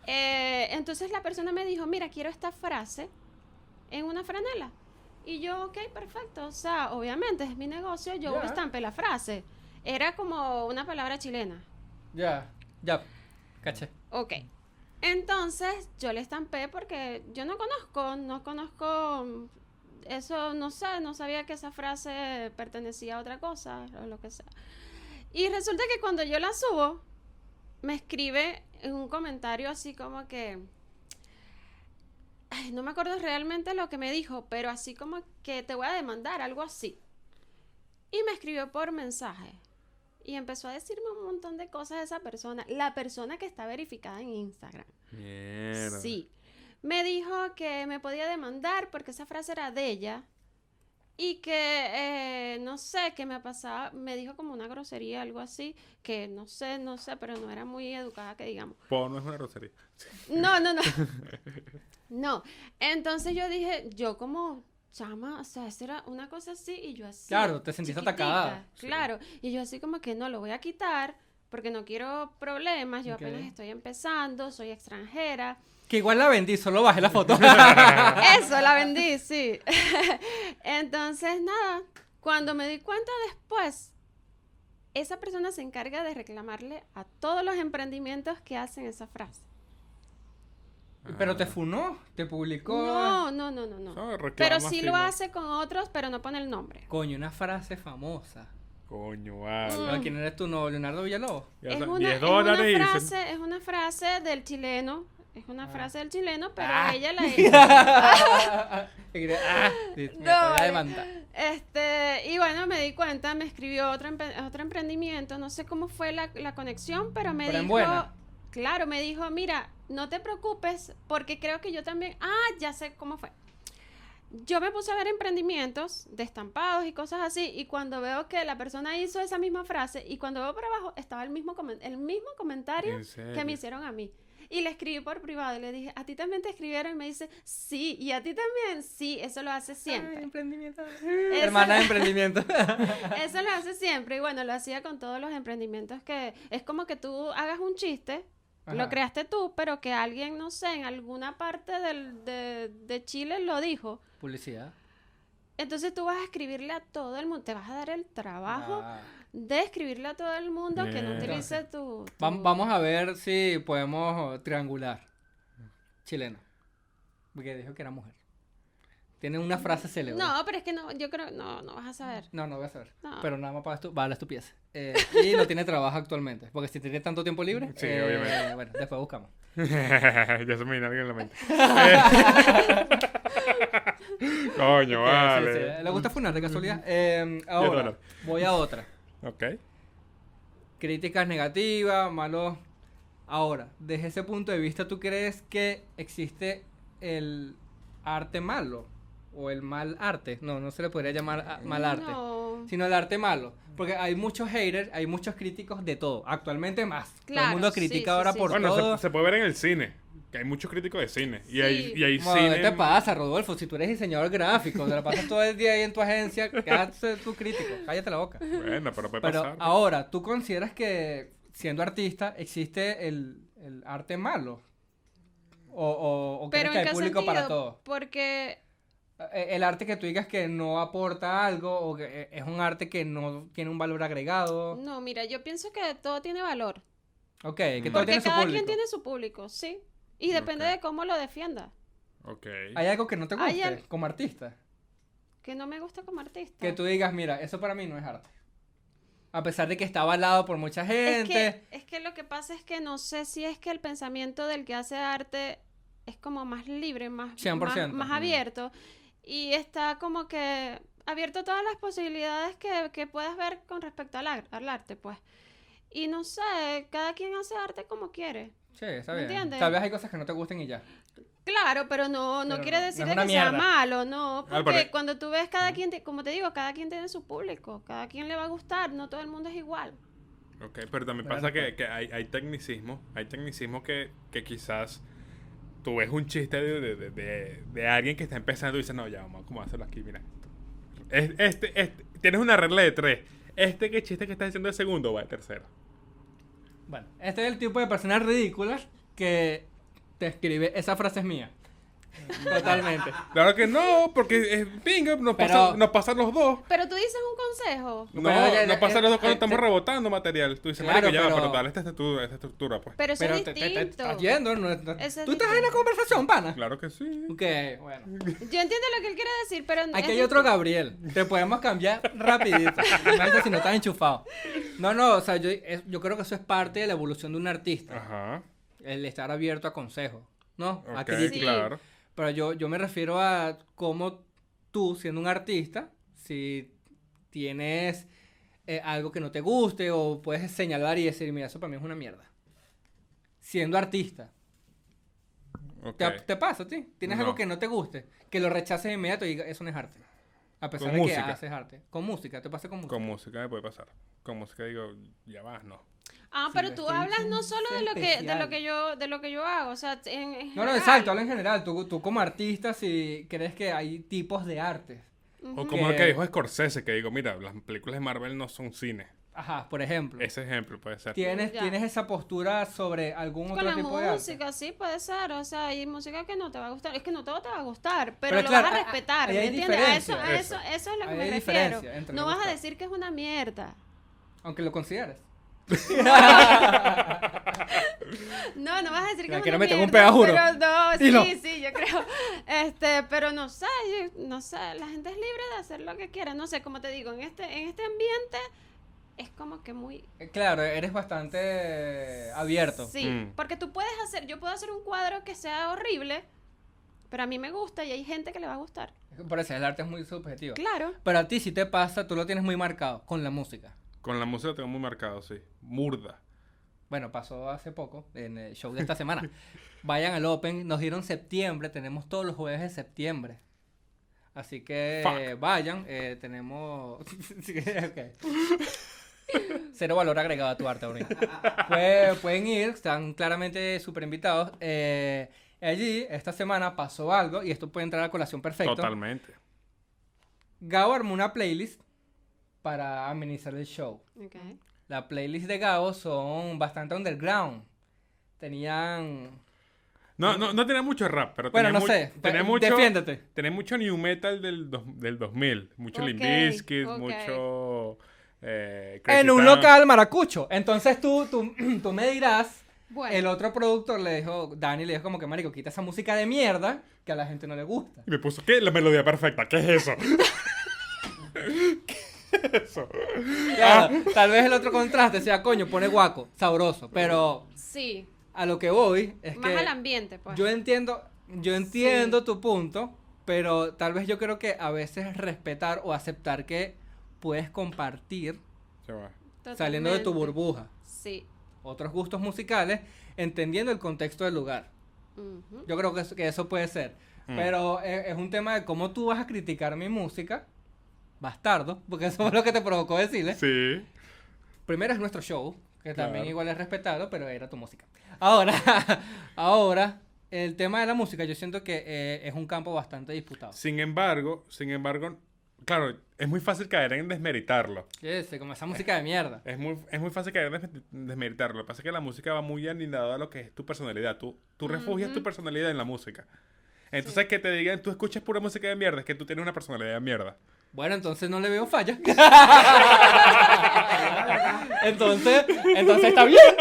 Eh, entonces la persona me dijo, mira, quiero esta frase en una franela. Y yo, ok, perfecto, o sea, obviamente es mi negocio, yo Ya. estampé la frase. Era como una palabra chilena. Ya, ya. Caché. Ok. Entonces yo le estampé porque yo no conozco, no conozco eso, no sé, no sabía que esa frase pertenecía a otra cosa o lo que sea. Y resulta que cuando yo la subo, me escribe en un comentario así como que... Ay, no me acuerdo realmente lo que me dijo, pero así como que te voy a demandar, algo así. Y me escribió por mensaje. Y empezó a decirme un montón de cosas de esa persona, la persona que está verificada en Instagram. Mierda. Sí. Me dijo que me podía demandar porque esa frase era de ella y que, eh, no sé, que me pasaba, me dijo como una grosería, algo así, que no sé, no sé, pero no era muy educada, que digamos. Porno es una grosería. No, no, no. No. Entonces yo dije, yo como chama, o sea, eso era una cosa así y yo así. Claro, te sentiste chiquitica, atacada, sí. Claro. Y yo así como que no lo voy a quitar porque no quiero problemas. Yo Ok. apenas estoy empezando, soy extranjera. Que igual la vendí, solo bajé la foto. Ah. Eso, la vendí, sí. Entonces, nada, cuando me di cuenta después, esa persona se encarga de reclamarle a todos los emprendimientos que hacen esa frase. pero te funó, te publicó. No, no, no, no, no. No, reclama, Pero sí lo no. hace con otros, pero no pone el nombre. Coño, una frase famosa. Coño, vale. ¿A ¿Quién eres tú? No, Leonardo Villalobos. Ya es, sa- Mm, una, 10 es una dólares y frase, dicen, es una frase del chileno. Es una Ah. frase del chileno, pero Ah. ella la Ah, listo, me voy No, a vale. demandar. Este, y bueno, me di cuenta, me escribió otro, empe- otro emprendimiento, no sé cómo fue la, la conexión, pero me Pero en dijo, buena. claro, me dijo, mira, no te preocupes, porque creo que yo también, ah, ya sé cómo fue. Yo me puse a ver emprendimientos de estampados y cosas así, y cuando veo que la persona hizo esa misma frase, y cuando veo por abajo, estaba el mismo, comen- el mismo comentario ¿En serio? que me hicieron a mí. Y le escribí por privado y le dije, ¿a ti también te escribieron? Y me dice, sí, y a ti también, sí, eso lo hace siempre. Ay, emprendimiento. Hermana de emprendimiento. Eso lo hace siempre y bueno, lo hacía con todos los emprendimientos que es como que tú hagas un chiste, Ajá. lo creaste tú, pero que alguien, no sé, en alguna parte del, de, de Chile lo dijo. Publicidad. Entonces tú vas a escribirle a todo el mundo, te vas a dar el trabajo Ah. de escribirle a todo el mundo que no Bien. utilice tu... tu- Vam- Vamos a ver si podemos triangular. Chilena. Porque dijo que era mujer. Tiene una frase célebre. No, pero es que no, yo creo, no, no vas a saber. No, no voy a saber. No. Pero nada más para esto, vale, estupidez. Eh, y no tiene trabajo actualmente. Porque si tiene tanto tiempo libre. Sí, eh, obviamente. Bueno, después buscamos. ya se me vino alguien en la mente. Coño, Eh, sí, vale. sí, Le gusta funar de casualidad. Eh, ahora, claro. voy a otra. Ok. Críticas negativas, malos. Ahora, desde ese punto de vista, ¿tú crees que existe el arte malo? O el mal arte. No, no se le podría llamar a- mal arte. No. Sino el arte malo. Porque hay muchos haters, hay muchos críticos de todo. Actualmente más. todo el Claro, mundo sí, critica sí, ahora sí, por sí. Bueno, se- todo. se, puede ver en el cine. Que hay muchos críticos de cine. Y hay, Sí. y em- hay Bueno, cine. ¿Qué te pasa, Rodolfo? Si tú eres diseñador gráfico, te la pasas todo el día ahí en tu agencia, cállate tu crítico, cállate la boca. Bueno, pero puede Pero pasar. ahora, ¿tú consideras que siendo artista existe el, el arte malo? ¿O, o, o crees Pero que en hay qué público sentido, para todo? porque Eh, El arte que tú digas que no aporta algo o que eh, es un arte que no tiene un valor agregado. no, mira, yo pienso que todo tiene valor. Ok, que todo Porque tiene su cada público. quien tiene su público, sí. Y depende Ok. de cómo lo defienda. Ok. Hay algo que no te Hay guste al- Ah. como artista. Que no me gusta como artista. Que tú digas, mira, eso para mí no es arte. A pesar de que está avalado por mucha es, gente. que, es que lo que pasa es que no sé si es que el pensamiento del que hace arte es como más libre, más, 100%. más, más abierto. Y está como que abierto a todas las posibilidades que, que puedas ver con respecto al, ar- al arte, pues. Y no sé, cada quien hace arte como quiere. Sí, está ¿Me bien. entiendes? Tal vez hay cosas que no te gusten y ya. Claro, pero no, no Pero quiere no, no decir es de una que sea mierda. malo, no, Ah, porque pero- cuando tú ves cada quien, te- como te digo, cada quien tiene su público, cada quien le va a gustar, no todo el mundo es igual. Ok, pero también Bueno, pasa que, pues. que hay, hay tecnicismo, hay tecnicismo que, que quizás tú ves un chiste de, de- de- de- de alguien que está empezando y dices, no, ya, vamos, ¿cómo hacerlo aquí? Mira, Es- este, este, tienes una regla de tres. Este que chiste que estás haciendo de segundo va de tercero. Bueno, este es el tipo de personas ridículas que te escribe, esa frase es mía. Totalmente. Claro que no, porque es bingo, nos, pasa- Pero- nos pasan los dos. Pero tú dices un consejo, No, Pero ya- nos pasan los dos eh, cuando estamos te- rebotando material. Tú dices, Claro, "Marico, ya va, pero- pero dale esta estructura, esta estructura, pues. pero eso Pero es te, te- te- te distinto. estás yendo. no- no- tú Eso es estás en la distinto. conversación, pana. Claro que sí. Ok, bueno. Yo entiendo lo que él quiere decir, pero no Aquí es hay otro distinto. Gabriel. Te podemos cambiar rapidito. Imagínate si no estás enchufado. No, no, o sea, yo, es- yo creo que eso es parte de la evolución de un artista. Ajá. El estar abierto a consejos, ¿no? A Ok, críticas. Sí. claro. Pero yo, yo me refiero a cómo tú, siendo un artista, si tienes eh, algo que no te guste o puedes señalar y decir, mira, eso para mí es una mierda. Siendo artista. Ok. ¿Te, te pasa a ti? ¿Tienes No. algo que no te guste? Que lo rechaces de inmediato y digas, eso no es arte. A pesar Con de que música. haces arte. Con música, te pasa con música. Con música me puede pasar. Con música digo, ya vas, no. Ah, Sí, pero es tú que es hablas un no solo de lo que de lo especial. que yo de lo que yo hago, o sea, No, en, en no, general. exacto, habla en general. Tú, tú como artista, si crees que hay tipos de artes. Ujú. O como el Que- que dijo Scorsese, que digo, mira, las películas de Marvel no son cine. Ajá, por ejemplo. Ese ejemplo puede ser. Tienes, Ya. tienes esa postura sobre algún Con otro la tipo de arte. música, sí, puede ser. O sea, hay música que no te va a gustar. Es que no todo te va a gustar, pero, Pero lo claro, vas a a- a- respetar. ahí ¿Me hay entiendes? A eso, a eso, diferencia. eso es lo que Ahí me hay refiero. diferencia entre No no vas a gustar. decir que es una mierda. Aunque lo consideres. No, no vas a decir que Ya es que una no me tengo un mierda, pegajuro. Pero no, sí, Dilo. sí, yo creo. Este, pero no sé, yo- no sé, la gente es libre de hacer lo que quiera. No sé, como te digo, en este, en este ambiente es como que muy Eh, Claro, eres bastante abierto. Sí, Mm. porque tú puedes hacer, yo puedo hacer un cuadro que sea horrible, pero a mí me gusta y hay gente que le va a gustar. Por eso el arte es muy subjetivo. Claro. Pero a ti si te pasa, tú lo tienes muy marcado con la música. Con la música tengo muy marcado, sí. Murda. Bueno, pasó hace poco, en el show de esta semana. Vayan al Open, nos dieron septiembre, tenemos todos los jueves de septiembre. Así que Fuck. eh, vayan, eh, tenemos... Sí, ok. Cero valor agregado a tu arte, Aurín. Pue- pueden ir, están claramente súper invitados. Eh, allí, esta semana pasó algo, y esto puede entrar a colación perfecto. Totalmente. Gabo armó una playlist para amenizar el show. Okay. La playlist de Gabo son bastante underground. Tenían. No, no, no tenía mucho rap, pero Bueno, tenía no mu- sé. Tenía pe- mucho, Defiéndete. tenía mucho new metal del, dos- del 2000. Mucho Ok, Limp Bizkit, ok. mucho... eh, Crazy En un Town. local maracucho. Entonces tú, tú, tú me dirás. Bueno, El otro productor le dijo, Dani le dijo como que marico, quita esa música de mierda que a la gente no le gusta. Y me puso, ¿qué? La melodía perfecta. ¿Qué es eso? ¿Qué es eso? Claro, tal vez el otro contraste sea, coño, pone guaco, sabroso. Pero sí, a lo que voy es más que. al ambiente, pues. Yo entiendo, yo entiendo tu punto, pero tal vez yo creo que a veces respetar o aceptar que puedes compartir Ya va. saliendo de tu Totalmente. burbuja Sí. otros gustos musicales, entendiendo el contexto del lugar. Ujú. Yo creo que eso, que eso puede ser. Mm. Pero eh, es, es un tema de cómo tú vas a criticar mi música, bastardo, porque eso es lo que te provocó decirle. Sí. Primero es nuestro show, que también Claro. igual es respetado, pero era tu música. Ahora, ahora, el tema de la música, yo siento que eh, es un campo bastante disputado. Sin embargo, sin embargo, claro, es muy fácil caer en desmeritarlo. Ese, como esa música de mierda. Es muy, es muy fácil caer en desme- desmeritarlo. Lo que pasa es que la música va muy anidada a lo que es tu personalidad. Tú, tú refugias tu personalidad en la música. Entonces, que te digan, tú escuchas pura música de mierda, es que tú tienes una personalidad de mierda. Bueno, entonces no le veo falla. entonces, entonces está bien.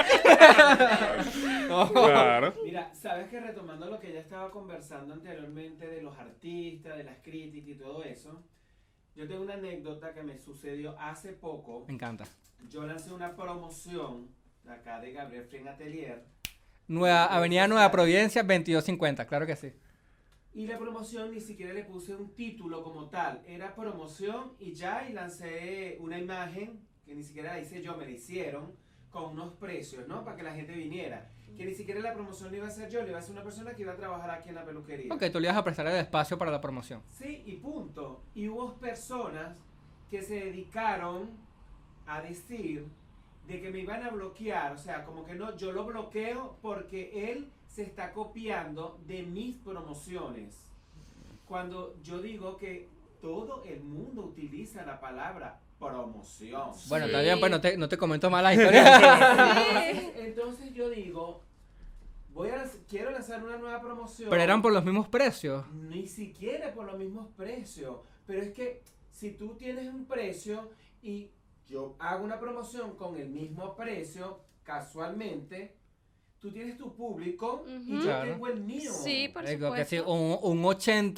No. Claro. Mira, sabes que retomando lo que ya estaba conversando anteriormente de los artistas, de las críticas y todo eso, yo tengo una anécdota que me sucedió hace poco. Me encanta. Yo lancé una promoción de acá de Gabriel Fren Atelier Nueva, Avenida Nueva Providencia, 2250, claro que sí. y la promoción ni siquiera le puse un título como tal, era promoción y ya y lancé una imagen que ni siquiera la hice yo, me la hicieron con unos precios, ¿no? Para que la gente viniera. Que ni siquiera la promoción la iba a hacer yo, le iba a hacer una persona que iba a trabajar aquí en la peluquería. Ok, tú le ibas a prestar el espacio para la promoción. Sí, y punto. Y hubo personas que se dedicaron a decir de que me iban a bloquear, o sea, como que no, yo lo bloqueo porque él se está copiando de mis promociones. Cuando yo digo que todo el mundo utiliza la palabra promoción. Bueno, Sí. está bien, pues no te, no te comento más la historia. Entonces, entonces yo digo, voy a, lanz- quiero lanzar una nueva promoción. Pero eran por los mismos precios. Ni siquiera por los mismos precios. Pero es que si tú tienes un precio y yo hago una promoción con el mismo precio, casualmente, tú tienes tu público y yo Ujú. Claro. tengo el mío. Sí, por Marico, que sí, supuesto. un, un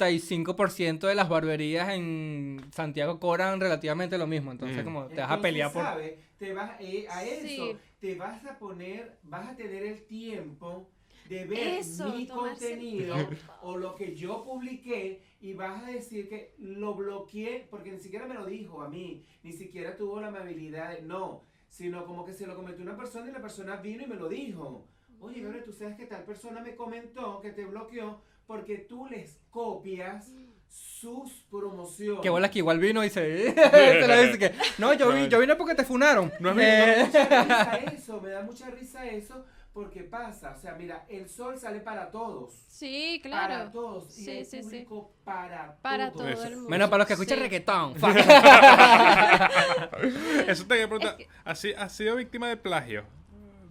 85% de las barberías en Santiago cobran relativamente lo mismo. Entonces, Mm. como te Entonces, vas a pelear por. ¿sabes? Te vas eh, a eso, Sí. te vas a poner, vas a tener el tiempo de ver Eso, mi tomarse el contenido tiempo. o lo que yo publiqué y vas a decir que lo bloqueé porque ni siquiera me lo dijo a mí, ni siquiera tuvo la amabilidad, de- no, sino como que se lo comentó una persona y la persona vino y me lo dijo. Oye, Mm. Gabriel, tú sabes que tal persona me comentó que te bloqueó porque tú les copias sus promociones. Que bolas que igual vino y se, se lo dice que, no, yo, vi, yo vine porque te funaron. No es mi- Eh, Me da mucha risa eso, me da mucha risa eso porque pasa, o sea, mira, el sol sale para todos. Sí, Para claro. todos. Y Sí, hay sí, sí. público para Para todos. todo Eso. el mundo. Menos para los que escuchan Sí. reggaetón. fuck. Eso te quería preguntar. ¿Has, si- has sido víctima de plagio?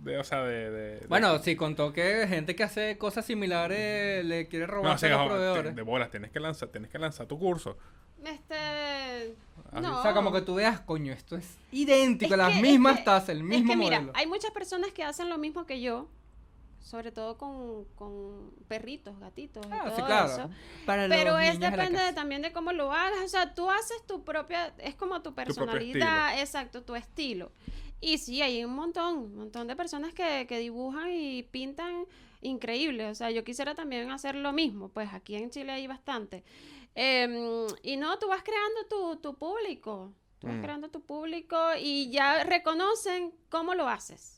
De, o sea, de. de- de- Bueno, sí, contó que gente que hace cosas similares eh, le quiere robar no, o sea, a los no, proveedores. te- de bolas, tienes que lanzar, tienes que lanzar tu curso. Este. Ah, No. O sea, como que tú veas, coño, esto es idéntico, Es las que- es mismas que- tazas, el mismo es que modelo. mira, hay muchas personas que hacen lo mismo que yo, sobre todo con, con perritos, gatitos, y Ah, sí, todo claro. eso. Para los Pero niños es de la depende de- casa. también de cómo lo hagas, o sea, tú haces tu propia, es como tu propio personalidad, exacto, tu estilo. Y sí, hay un montón, un montón de personas que, que dibujan y pintan increíble, o sea, yo quisiera también hacer lo mismo, pues aquí en Chile hay bastante. Em, y no, tú vas creando tu, tu público, tú vas Mm. creando tu público y ya reconocen cómo lo haces.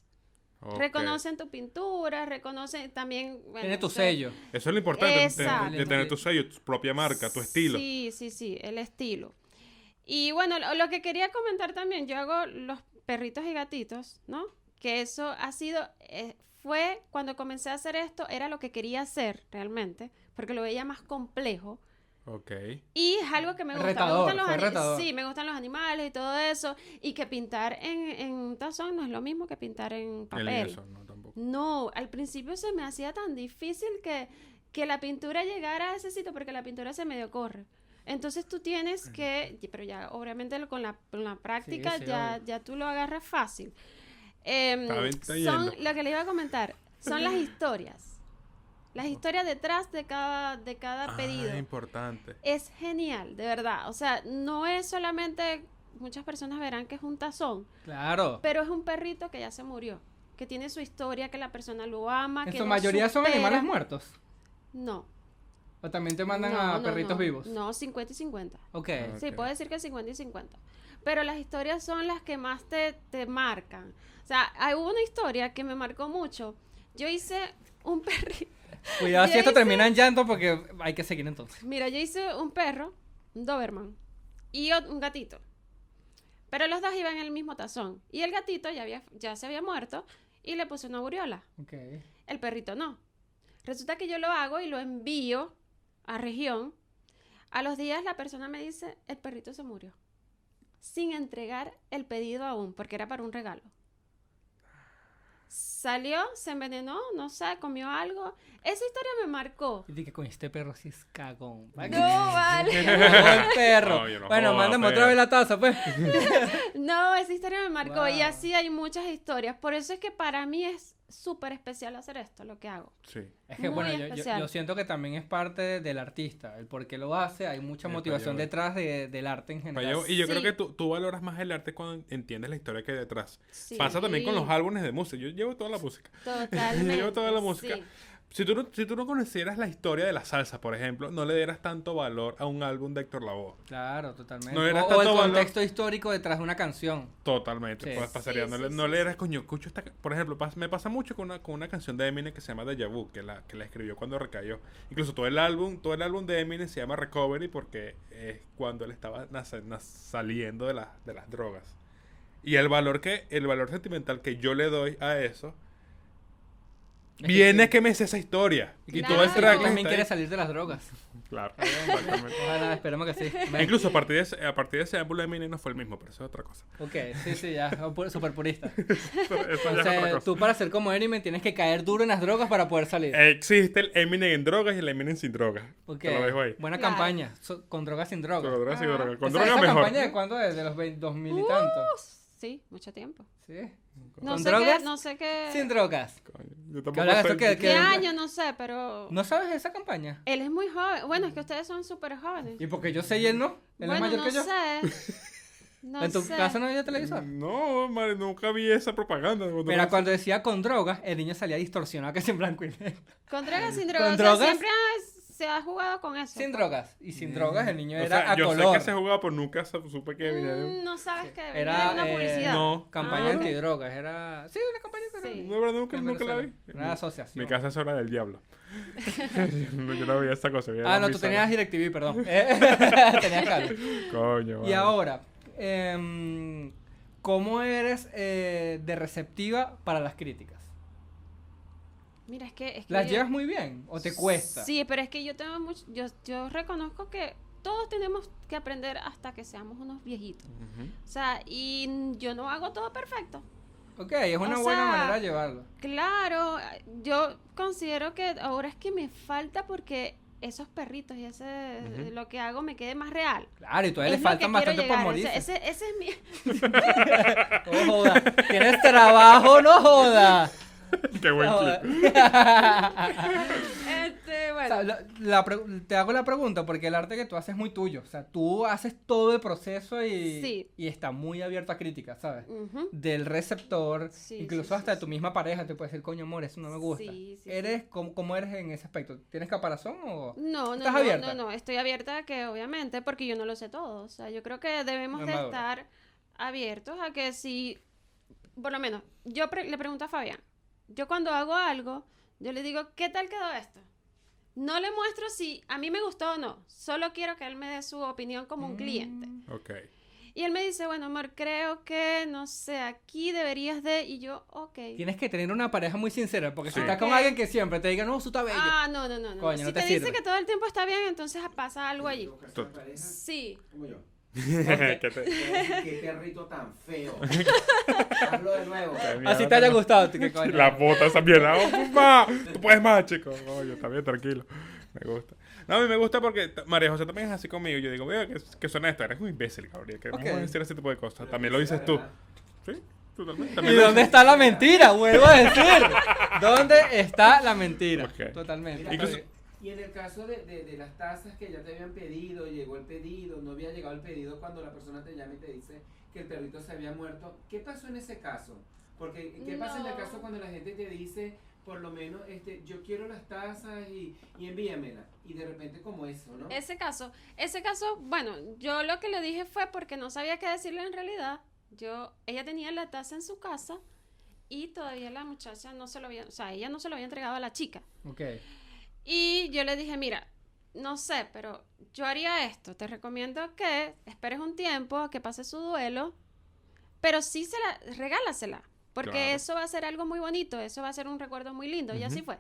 ok. Reconocen tu pintura, reconocen también... bueno, Tiene tu o sea, sello. Eso es lo importante, de- de, Exacto. de tener tu sello, tu propia marca, tu estilo. Sí, sí, sí, el estilo. Y bueno, lo, lo que quería comentar también, yo hago los perritos y gatitos, ¿no? Que eso ha sido, eh, fue cuando comencé a hacer esto, era lo que quería hacer realmente, porque lo veía más complejo. Ok. Y es algo que me gusta. Retador, me gustan los fue ani- retador. Sí, me gustan los animales y todo eso. Y que pintar en, en un tazón no es lo mismo que pintar en El papel. eso, no, tampoco. No, al principio se me hacía tan difícil que, que la pintura llegara a ese sitio porque la pintura se medio corre. Entonces tú tienes que, y- pero ya obviamente lo- con la, con la práctica sí, ya, obvio. ya tú lo agarras fácil. Em, Está bien, está son, yendo. lo que le iba a comentar, son las historias. Las historias detrás de cada, de cada pedido Oh. Ah, importante. es genial, de verdad. O sea, no es solamente, muchas personas verán que es un tazón, Claro. pero es un perrito que ya se murió, que tiene su historia, que la persona lo ama, En que su lo mayoría son supera. animales muertos. No. O también te mandan no, a no, perritos no. vivos. No, 50 y 50. Ok. Ah. Sí, Ok. puedo decir que 50 y 50. Pero las historias son las que más te, te marcan. O sea, hay una historia que me marcó mucho. Yo hice un perrito. Cuidado si Yo esto hice- termina en llanto porque hay que seguir entonces. Mira, yo hice un perro, un Doberman, y ot- un gatito. Pero los dos iban en el mismo tazón. Y el gatito ya, había, ya se había muerto y le puse una aureola. Ok. El perrito no. Resulta que yo lo hago y lo envío a región. A los días la persona me dice, el perrito se murió. Sin entregar el pedido aún, porque era para un regalo. Salió, se envenenó, no sé, comió algo. Esa historia me marcó. Y dije, con este perro sí es cagón. No, vale. Buen perro. No, yo no bueno, joda, mándame pero- otra vez la taza, pues. No, esa historia me marcó. Y Wow. así hay muchas historias. Por eso es que para mí es súper especial hacer esto, lo que hago. Sí. Es que Muy bueno, yo- yo, yo, especial. siento que también es parte del artista, el por qué lo hace, hay mucha Eh, motivación para detrás de- del arte en Para general. allá- y yo creo Sí. que tú, tú valoras más el arte cuando entiendes la historia que hay detrás. Sí. Pasa también con los álbumes de música. Yo llevo toda la música. Totalmente. Llevo toda la música. sí. Si tú, no, si tú no conocieras la historia de la salsa, por ejemplo, no le dieras tanto valor a un álbum de Héctor Lavoe. Claro, totalmente. No o, era o el tanto valor. contexto histórico detrás de una canción. Totalmente. Sí. pues, pasaría. Sí, no sí, le, sí, no le sí. dieras, coño, escucho esta. ca-". Por ejemplo, pas- me pasa mucho con una, con una canción de Eminem que se llama Deja Vu, que la, que la escribió cuando recayó. Incluso todo el álbum todo el álbum de Eminem se llama Recovery porque es cuando él estaba nace- na- saliendo de, las de las drogas. Y el valor, que, el valor sentimental que yo le doy a eso Es que viene sí. que me sé esa historia. Y Claro. todo el Sí, track tú que también está quiere ahí. salir de las drogas. Claro, exactamente. Ojalá, esperemos que sí. E Incluso a partir, de ese, a partir de ese álbum de Eminem no fue el mismo, pero eso es otra cosa. Ok, sí, sí, ya, super purista. Eso Pues ya es O otra cosa. sea, tú para ser como Eminem tienes que caer duro en las drogas para poder salir. Existe el Eminem en drogas y el Eminem sin drogas. Ok, Eh, Te lo dejo ahí. Buena Claro. campaña, so- con drogas sin Con drogas. drogas sin Ajá. drogas. Con Esa- drogas esa mejor. campaña de cuándo es? De los 2000 Uh. y tantos. pues, Sí, mucho tiempo. ¿Sí? No ¿Con sé drogas? qué, no sé qué. Sin drogas. Coño, yo tampoco hablas sé- eso que- ¿Qué que- año? No sé, pero. ¿No sabes de esa campaña? Él es muy joven. Bueno, es que ustedes son súper jóvenes. Y porque yo sé y él no. Él bueno, es mayor no que yo. sé. No ¿En tu sé. casa no había televisor? Mm, No, madre, nunca vi esa propaganda. Pero cuando decía con drogas, el niño salía distorsionado, que es en blanco y negro. Con drogas, sin drogas. o sea, drogas? siempre, ah, se ha jugado con eso. Sin drogas. Y sin drogas el niño Mm, O era sea, a yo sé color. que se jugaba, pero nunca su- supe que venía de Mm, No sabes que venía Era de una eh, publicidad. No, Ah. campaña antidrogas. Era. Sí, una campaña antidrogas. Sí. No, de verdad, nunca, En nunca la vi. Venezuela. Una asociación. Mi casa es obra del diablo. yo, no veía esta cosa. veía Ah, la no, tú misa. tenías DirecTV, perdón. Eh, tenías cable. Coño, Y vale. ahora, em, ¿cómo eres eh, de receptiva para las críticas? Mira, es que. Es que ¿Las llevas muy bien o te cuesta? Sí, pero es que yo tengo mucho. Yo, yo reconozco que todos tenemos que aprender hasta que seamos unos viejitos. Ujú. O sea, y n- yo no hago todo perfecto. Ok, es una O buena sea, manera de llevarlo. Claro, yo considero que ahora es que me falta porque esos perritos y ese Ujú. lo que hago me quede más real. Claro, y todavía Es le lo que faltan quiero bastante para llegar, morir. ese- Ese, ese es mi... No joda. Tienes trabajo, no joda. Qué buen No clip. joda. Este, O bueno. sea, la- la pre- te hago la pregunta porque el arte que tú haces es muy tuyo. O sea, tú haces todo el proceso y, Sí. y está muy abierto a críticas, ¿sabes? ujú. Del receptor, Sí, incluso sí, sí, hasta de sí. tu misma pareja te puede decir, coño, amor, eso no me gusta. Sí, sí, sí. ¿Eres, cómo, cómo eres en ese aspecto? ¿Tienes caparazón o...? No, no, ¿Estás no, abierta? no, no, estoy abierta a que obviamente, porque yo no lo sé todo. O sea, yo creo que debemos No de madura. estar abiertos a que si, por lo menos, yo pre- le pregunto a Fabián, yo cuando hago algo, yo le digo, ¿qué tal quedó esto? No le muestro si a mí me gustó o no, solo quiero que él me dé su opinión como un cliente. Mm, Ok. Y él me dice, bueno, amor, creo que, no sé, aquí deberías de, y yo, ok. Tienes que tener una pareja muy sincera porque Sí. si estás con Ok. alguien que siempre te diga, no, tú estás bello. Ah, no, no, no, no. Coño, si no te, te dice sirve. que todo el tiempo está bien, entonces pasa algo allí. Buscarse una pareja Sí. Como yo. ¿Qué te- Qué perrito tan feo. Hazlo de nuevo. Así te haya gustado. que coño. Las botas también. ¡Ah, mamá! Tú puedes más, chico. Oye, está bien, tranquilo. Me gusta. No, a mí me gusta porque t- María José también es así conmigo. Yo digo, mira, ¿qué, qué suena esto? Eres un imbécil, Gabriel. Que Ok. Ah. no puedes decir ese tipo de cosas. También lo dices tú. Sí, tú también. ¿Y también lo dónde dices. está la mentira? Vuelvo a decir. ¿Dónde está la mentira? Ok. Totalmente. Mira, Incluso- Y en el caso de, de- de las tazas que ya te habían pedido, llegó el pedido, no había llegado el pedido, cuando la persona te llama y te dice que el perrito se había muerto, ¿qué pasó en ese caso? Porque, ¿qué pasa en el No. caso cuando la gente te dice, por lo menos, este, yo quiero las tazas y, y envíamela? Y de repente como eso, ¿no? Ese caso, ese caso, bueno, yo lo que le dije fue porque no sabía qué decirle en realidad. Yo, ella tenía la taza en su casa y todavía la muchacha no se lo había, o sea, ella no se lo había entregado a la chica. Ok. Y yo le dije, mira, no sé, pero yo haría esto. Te recomiendo que esperes un tiempo, a que pase su duelo, pero sí se la, regálasela, porque Claro. eso va a ser algo muy bonito, eso va a ser un recuerdo muy lindo. Y así Ujú. fue.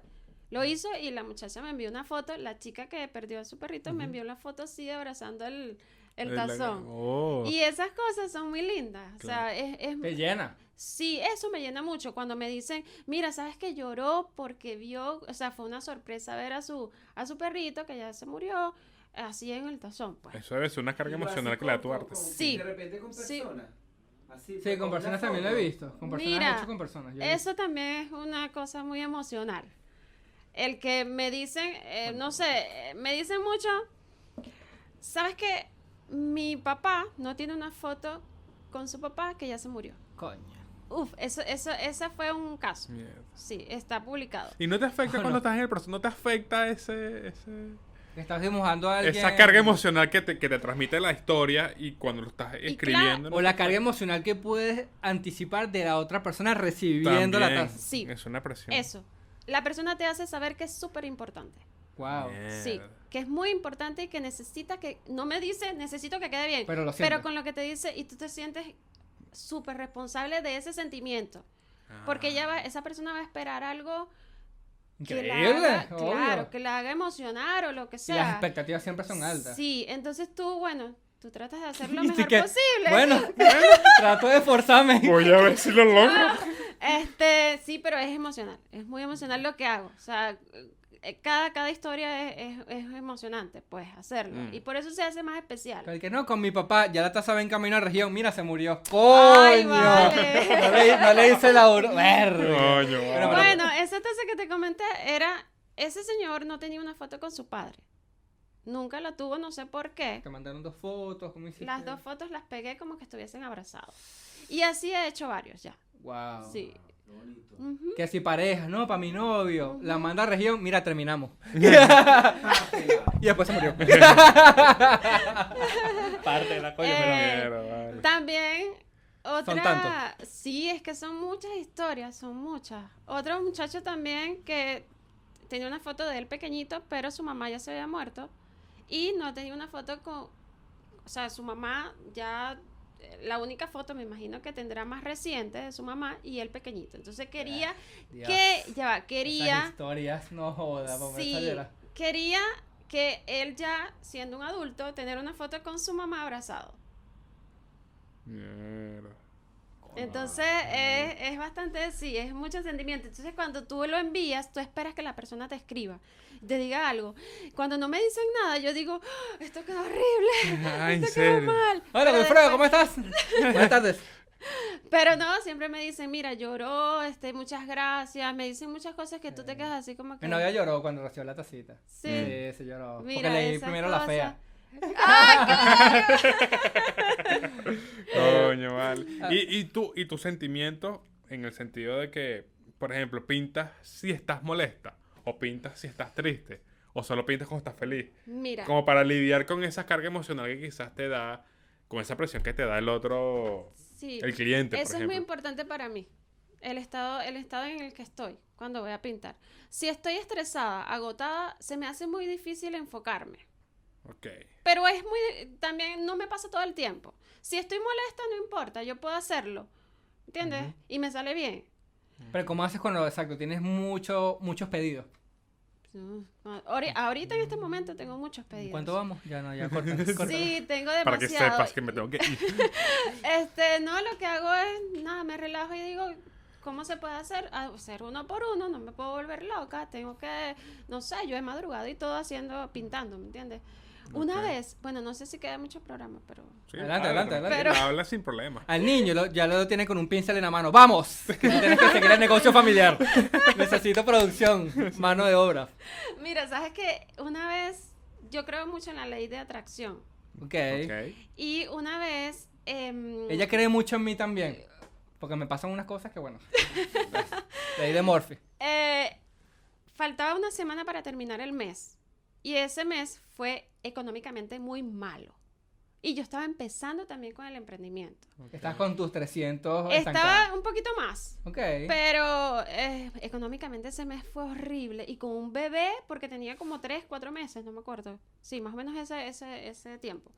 Lo hizo y la muchacha me envió una foto, la chica que perdió a su perrito me Ujú. envió una foto así abrazando el, el Eh, la- tazón. Oh. Y esas cosas son muy lindas. O sea, es, es- Te llena. Sí, eso me llena mucho cuando me dicen, mira, sabes que lloró porque vio, o sea, fue una sorpresa ver a su, a su perrito que ya se murió, así en el tazón, pues. Eso debe ser una Y carga lo haces emocional que con- le da tu con- arte. con- Sí. De repente con Sí. personas. Así, Sí, pues, con una personas también lo he foto. visto. Con personas Mira, he hecho con personas. yo he visto. Eso también es una cosa muy emocional. El que me dicen, eh, no sé, eh, me dicen mucho, sabes que mi papá no tiene una foto con su papá que ya se murió. Coño. Uf, eso, eso, ese fue un caso. Mierda. Sí, está publicado. ¿Y no te afecta Oh, cuando no. estás en el proceso? ¿No te afecta ese, ese- Estás dibujando a alguien. esa carga emocional que te, que te transmite la historia y cuando lo estás escribiendo? O la carga emocional que puedes anticipar de la otra persona recibiendo la taza. Sí. Es una presión. Eso. La persona te hace saber que es súper importante. Wow. Sí, Mierda. que es muy importante y que necesita que, no me dice, necesito que quede bien, Pero lo siento. pero con lo que te dice y tú te sientes súper responsable de ese sentimiento, porque ella Ah. va, esa persona va a esperar algo que la Increíble. haga, obvio. claro, que la haga emocionar o lo que y las sea. expectativas siempre son altas. Sí, entonces tú, bueno, tú tratas de hacer lo Y tú mejor que- posible. Bueno, trato de esforzarme. Voy a ver si lo logro. Ah, Este, sí, pero es emocional. Es muy emocional lo que hago. O sea, eh, cada, cada historia es, es- es emocionante, pues, hacerlo. Mm. Y por eso se hace más especial. El que no, con mi papá, ya la taza va en camino a región. Mira, se murió. Ay, ¡Coño! vale. No, le, no le hice la ur... Verga. Coño, Pero vale. Bueno, esa taza que te comenté era. Ese señor no tenía una foto con su padre. Nunca la tuvo, no sé por qué. Te mandaron dos fotos, ¿cómo hiciste? Las dos fotos las pegué como que estuviesen abrazados. Y así he hecho varios ya. Wow. Sí. Qué bonito. Ujú. Que si pareja, no, para mi novio. La manda a región, mira, terminamos. Pásela, Y después se murió. Parte de la coño, Eh, Pero, vale. También otra, tantos. sí, es que son muchas historias, son muchas. Otro muchacho también que tenía una foto de él pequeñito, pero su mamá ya se había muerto y no tenía una foto con, o sea, su mamá ya eh, la única foto me imagino que tendrá más reciente de su mamá y él pequeñito. Entonces quería Dios, que ya va, esas quería historias, no joda, para sí, quería que él ya siendo un adulto tener una foto con su mamá abrazado. Mierda. Entonces es, es bastante, sí, es mucho sentimiento. Entonces cuando tú lo envías, tú esperas que la persona te escriba, te diga algo. Cuando no me dicen nada, yo digo, "Ah, esto quedó horrible, Ah, en esto quedó serio. mal. Hola, Pero Wilfredo, después- ¿cómo estás? Buenas tardes. Pero no, siempre me dicen, mira, lloró, este, muchas gracias, me dicen muchas cosas que tú te quedas así como que... Eh, Mi novia lloró cuando recibió la tacita. Sí. Sí, se lloró. Mira, Porque leí esas primero la cosas. fea. Coño, vale. Y, y, tú, y tu sentimiento en el sentido de que, por ejemplo, pintas si estás molesta, o pintas si estás triste, o solo pintas cuando estás feliz. Mira, Como para lidiar con esa carga emocional que quizás te da, con esa presión que te da el otro, sí. el cliente, por Eso es muy ejemplo. importante para mí. El estado, el estado en el que estoy cuando voy a pintar. Si estoy estresada, agotada, se me hace muy difícil enfocarme. Ok. Pero es muy... También no me pasa todo el tiempo. Si estoy molesta, no importa, yo puedo hacerlo. ¿Entiendes? Y me sale bien. Pero ¿cómo haces cuando, exacto, tienes mucho, muchos pedidos? Mm, ahori- Ahorita en este momento tengo muchos pedidos. ¿Cuánto vamos? Ya no, ya corta. corta. Sí, tengo Para que demasiado. sepas que me tengo que ir. Este, no, lo que hago es, nada, me relajo y digo, ¿cómo se puede hacer? Ah, Hacer uno por uno, no me puedo volver loca, tengo que, no sé, yo he madrugado y todo haciendo, pintando, ¿me entiendes? Una Ok. vez, bueno, no sé si queda mucho programa, pero... Sí, Adelante, habla, adelante, adelante. tranquila, Habla sin problema. Al niño lo- ya lo tiene con un pincel en la mano. ¡Vamos! Que tienes que seguir el negocio familiar. Necesito producción, mano de obra. Mira, sabes que una vez, yo creo mucho en la ley de atracción Ok. Ok. y una vez... em, Ella cree mucho en mí también. Porque me pasan unas cosas que, bueno. Leí de Morphy. Eh, faltaba una semana para terminar el mes. Y ese mes fue económicamente muy malo. Y yo estaba empezando también con el emprendimiento. Estás con tus 300 estancados. Estaba un poquito más. Ok. Pero eh, económicamente ese mes fue horrible. Y con un bebé, porque tenía como 3, 4 meses, no me acuerdo. Sí, más o menos ese, ese, ese tiempo.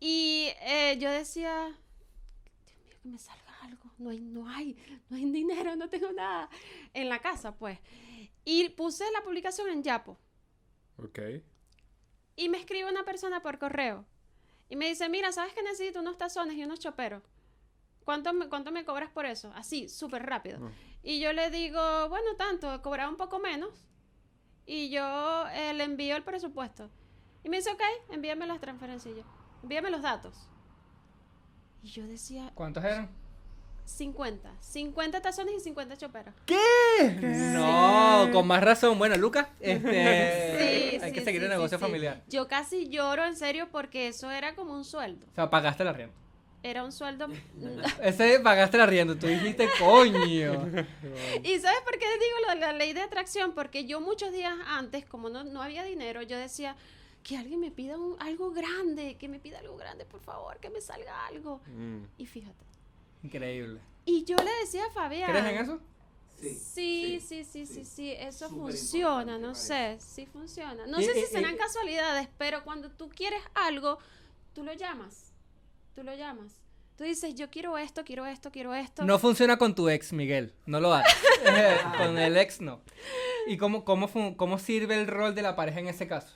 Y eh, yo decía, Dios mío, que me salga algo. No hay, no hay, no hay dinero, no tengo nada. En la casa, pues. Y puse la publicación en Yapo. Ok. Y me escribe una persona por correo. Y me dice, mira, ¿sabes que necesito unos tazones y unos choperos? ¿Cuánto me, cuánto me cobras por eso? Así, súper rápido. Mm. Y yo le digo, bueno, tanto, cobraba un poco menos. Y yo eh, le envío el presupuesto. Y me dice, ok, envíame las transferencias. Y yo, envíame los datos. Y yo decía, ¿Cuántos eran? 50. 50 tazones y 50 choperos. No, con más razón. Bueno, Lucas, este, Sí, hay que sí, seguir sí, el negocio sí, sí. familiar. Yo casi lloro en serio porque eso era como un sueldo. O sea, pagaste la rienda. Era un sueldo... Ese pagaste la rienda. Tú dijiste, coño. ¿Y sabes por qué digo lo de la ley de atracción? Porque yo muchos días antes, como no, no había dinero, yo decía que alguien me pida un- algo grande, que me pida algo grande, por favor, que me salga algo. Mm. Y fíjate. Increíble. Y yo le decía a Fabián. ¿Crees en eso? Sí, sí, Sí, sí, sí, sí, sí. eso Súper funciona, importante, no Mari. sé, sí funciona. No Y- sé y- si y- serán casualidades, pero cuando tú quieres algo, tú lo llamas, tú lo llamas. Tú dices, yo quiero esto, quiero esto, quiero esto. No funciona con tu ex, Miguel. No lo hagas. con el ex, no. ¿Y cómo, cómo, fun- cómo sirve el rol de la pareja en ese caso?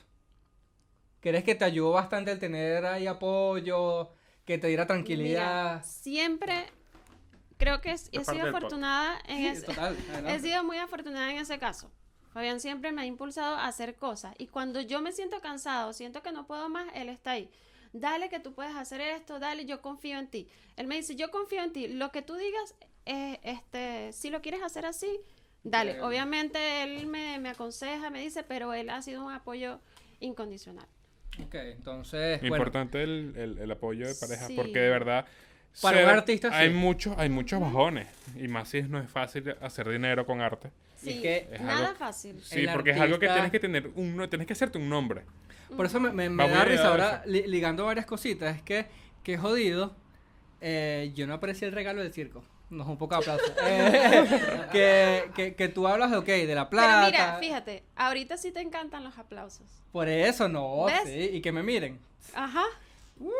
¿Crees que te ayudó bastante el tener ahí apoyo, que te diera Mira, tranquilidad? siempre creo que es- he parte sido del afortunada en ese, Total. he adelante. sido muy afortunada en ese caso. Fabián siempre me ha impulsado a hacer cosas y cuando yo me siento cansado, siento que no puedo más, él está ahí. Dale que tú puedes hacer esto, dale, yo confío en ti. Él me dice, yo confío en ti, lo que tú digas, eh, este, si lo quieres hacer así, dale. Increíble. Obviamente él me, me aconseja, me dice, pero él ha sido un apoyo incondicional. Ok, entonces. bueno, Importante el, el- el apoyo de pareja, Sí. porque de verdad. Para ser- un artista, hay sí. muchos, hay muchos bajones. Y más si no es fácil hacer dinero con arte. Y Sí, es que Es nada algo- fácil. Sí, El porque es algo que artista- tienes que tener un no- tienes que hacerte un nombre. Por eso me, me- me Vamos da a llegar risa a ahora li- ligando varias cositas. Es que, que jodido. eh, yo no aprecié el regalo del circo. Nos un poco de aplauso. Eh, que, que, que tú hablas de, ok, de la plata. Pero mira, fíjate, ahorita sí te encantan los aplausos. Por eso no, ¿Ves? sí, y que me miren. Ajá. Uh.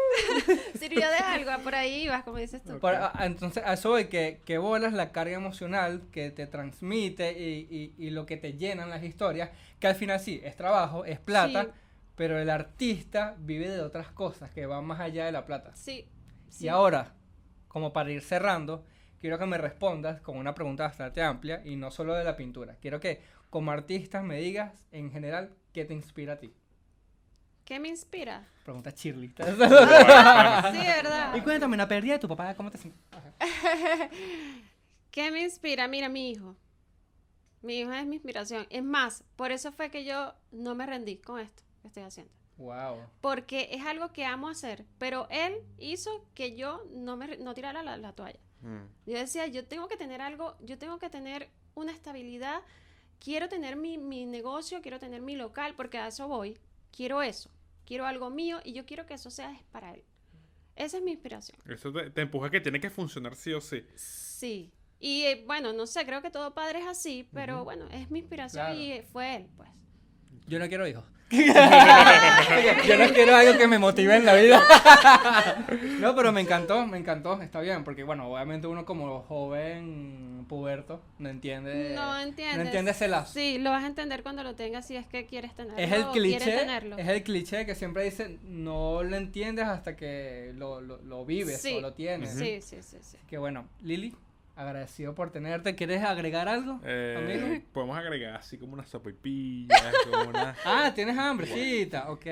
Sirvió de algo, por ahí vas, como dices tú. Por- a- a- entonces, a eso de que, que bolas la carga emocional que te transmite y, y- y lo que te llenan las historias, que al final sí, es trabajo, es plata, Sí. pero el artista vive de otras cosas que van más allá de la plata. Sí. sí. Y ahora, como para ir cerrando, quiero que me respondas con una pregunta bastante amplia y no solo de la pintura. Quiero que como artista me digas en general qué te inspira a ti. ¿Qué me inspira? Pregunta Shirley. sí, ¿verdad? y cuéntame, la pérdida de tu papá, ¿cómo te sientes? ¿Qué me inspira? Mira, mi hijo. Mi hijo es mi inspiración. Es más, por eso fue que yo no me rendí con esto que estoy haciendo. Wow. Porque es algo que amo hacer. Pero él hizo que yo no, me, re- no tirara la- la toalla. Mm. Yo decía, yo tengo que tener algo, yo tengo que tener una estabilidad, quiero tener mi, mi negocio, quiero tener mi local, porque a eso voy, quiero eso, quiero algo mío y yo quiero que eso sea para él. Esa es mi inspiración. Eso te, te empuja que tiene que funcionar sí o sí. Sí. Y eh, bueno, no sé, creo que todo padre es así, pero bueno, es mi inspiración Claro. y eh, fue él, pues. Yo no quiero hijos. Yo no quiero algo que me motive en la vida. No, pero me encantó, me encantó, está bien, porque bueno, obviamente uno como joven puberto no entiende. no entiendes. Eh, No entiende ese lazo. Sí, lo vas a entender cuando lo tengas si es que quieres tenerlo. Es el o quieres cliché, tenerlo. es el cliché que siempre dicen, no lo entiendes hasta que lo, lo- lo vives Sí. o lo tienes. Sí, sí, sí, sí. Que bueno, Lili, agradecido por tenerte. ¿Quieres agregar algo, Eh, amigo? podemos agregar así como unas sopipillas, como una... Ah, tienes hambrecita, ok.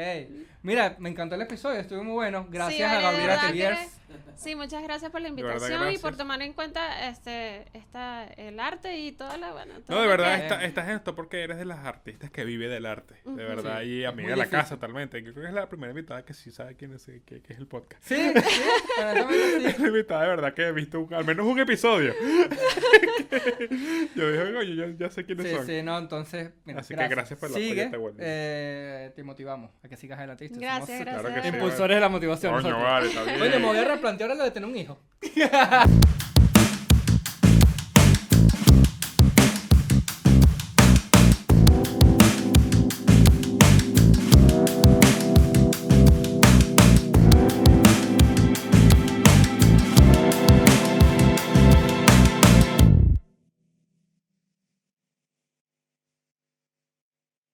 Mira, me encantó el episodio, estuvo muy bueno. Gracias a vale, de Gabriela verdad que- Telliers. Sí, muchas gracias por la verdad, invitación y por gracias. tomar en cuenta este, esta, el arte y toda la bueno, No, todo de lo verdad, que- esta- estás en esto porque eres de las artistas que vive del arte. De Ujú. verdad, Sí, y es amiga muy de la difícil. casa totalmente. Yo creo que es la primera invitada que sí sabe quién es, qué, qué es el podcast. Sí, sí, honestamente Es sí. la invitada "Ah, de verdad que he visto un- al menos un episodio. yo dije, coño, yo ya sé quiénes Sí, son. sí, no, entonces. mira, Así que gracias por el apoyo, Sigue, te vuelvo. eh, te motivamos a que sigas adelante. ¿viste? Gracias, Somos gracias. Claro que sí, Impulsores de la motivación. Coño, nosotros. vale, está bien. Oye, me voy a replantear lo de tener un hijo.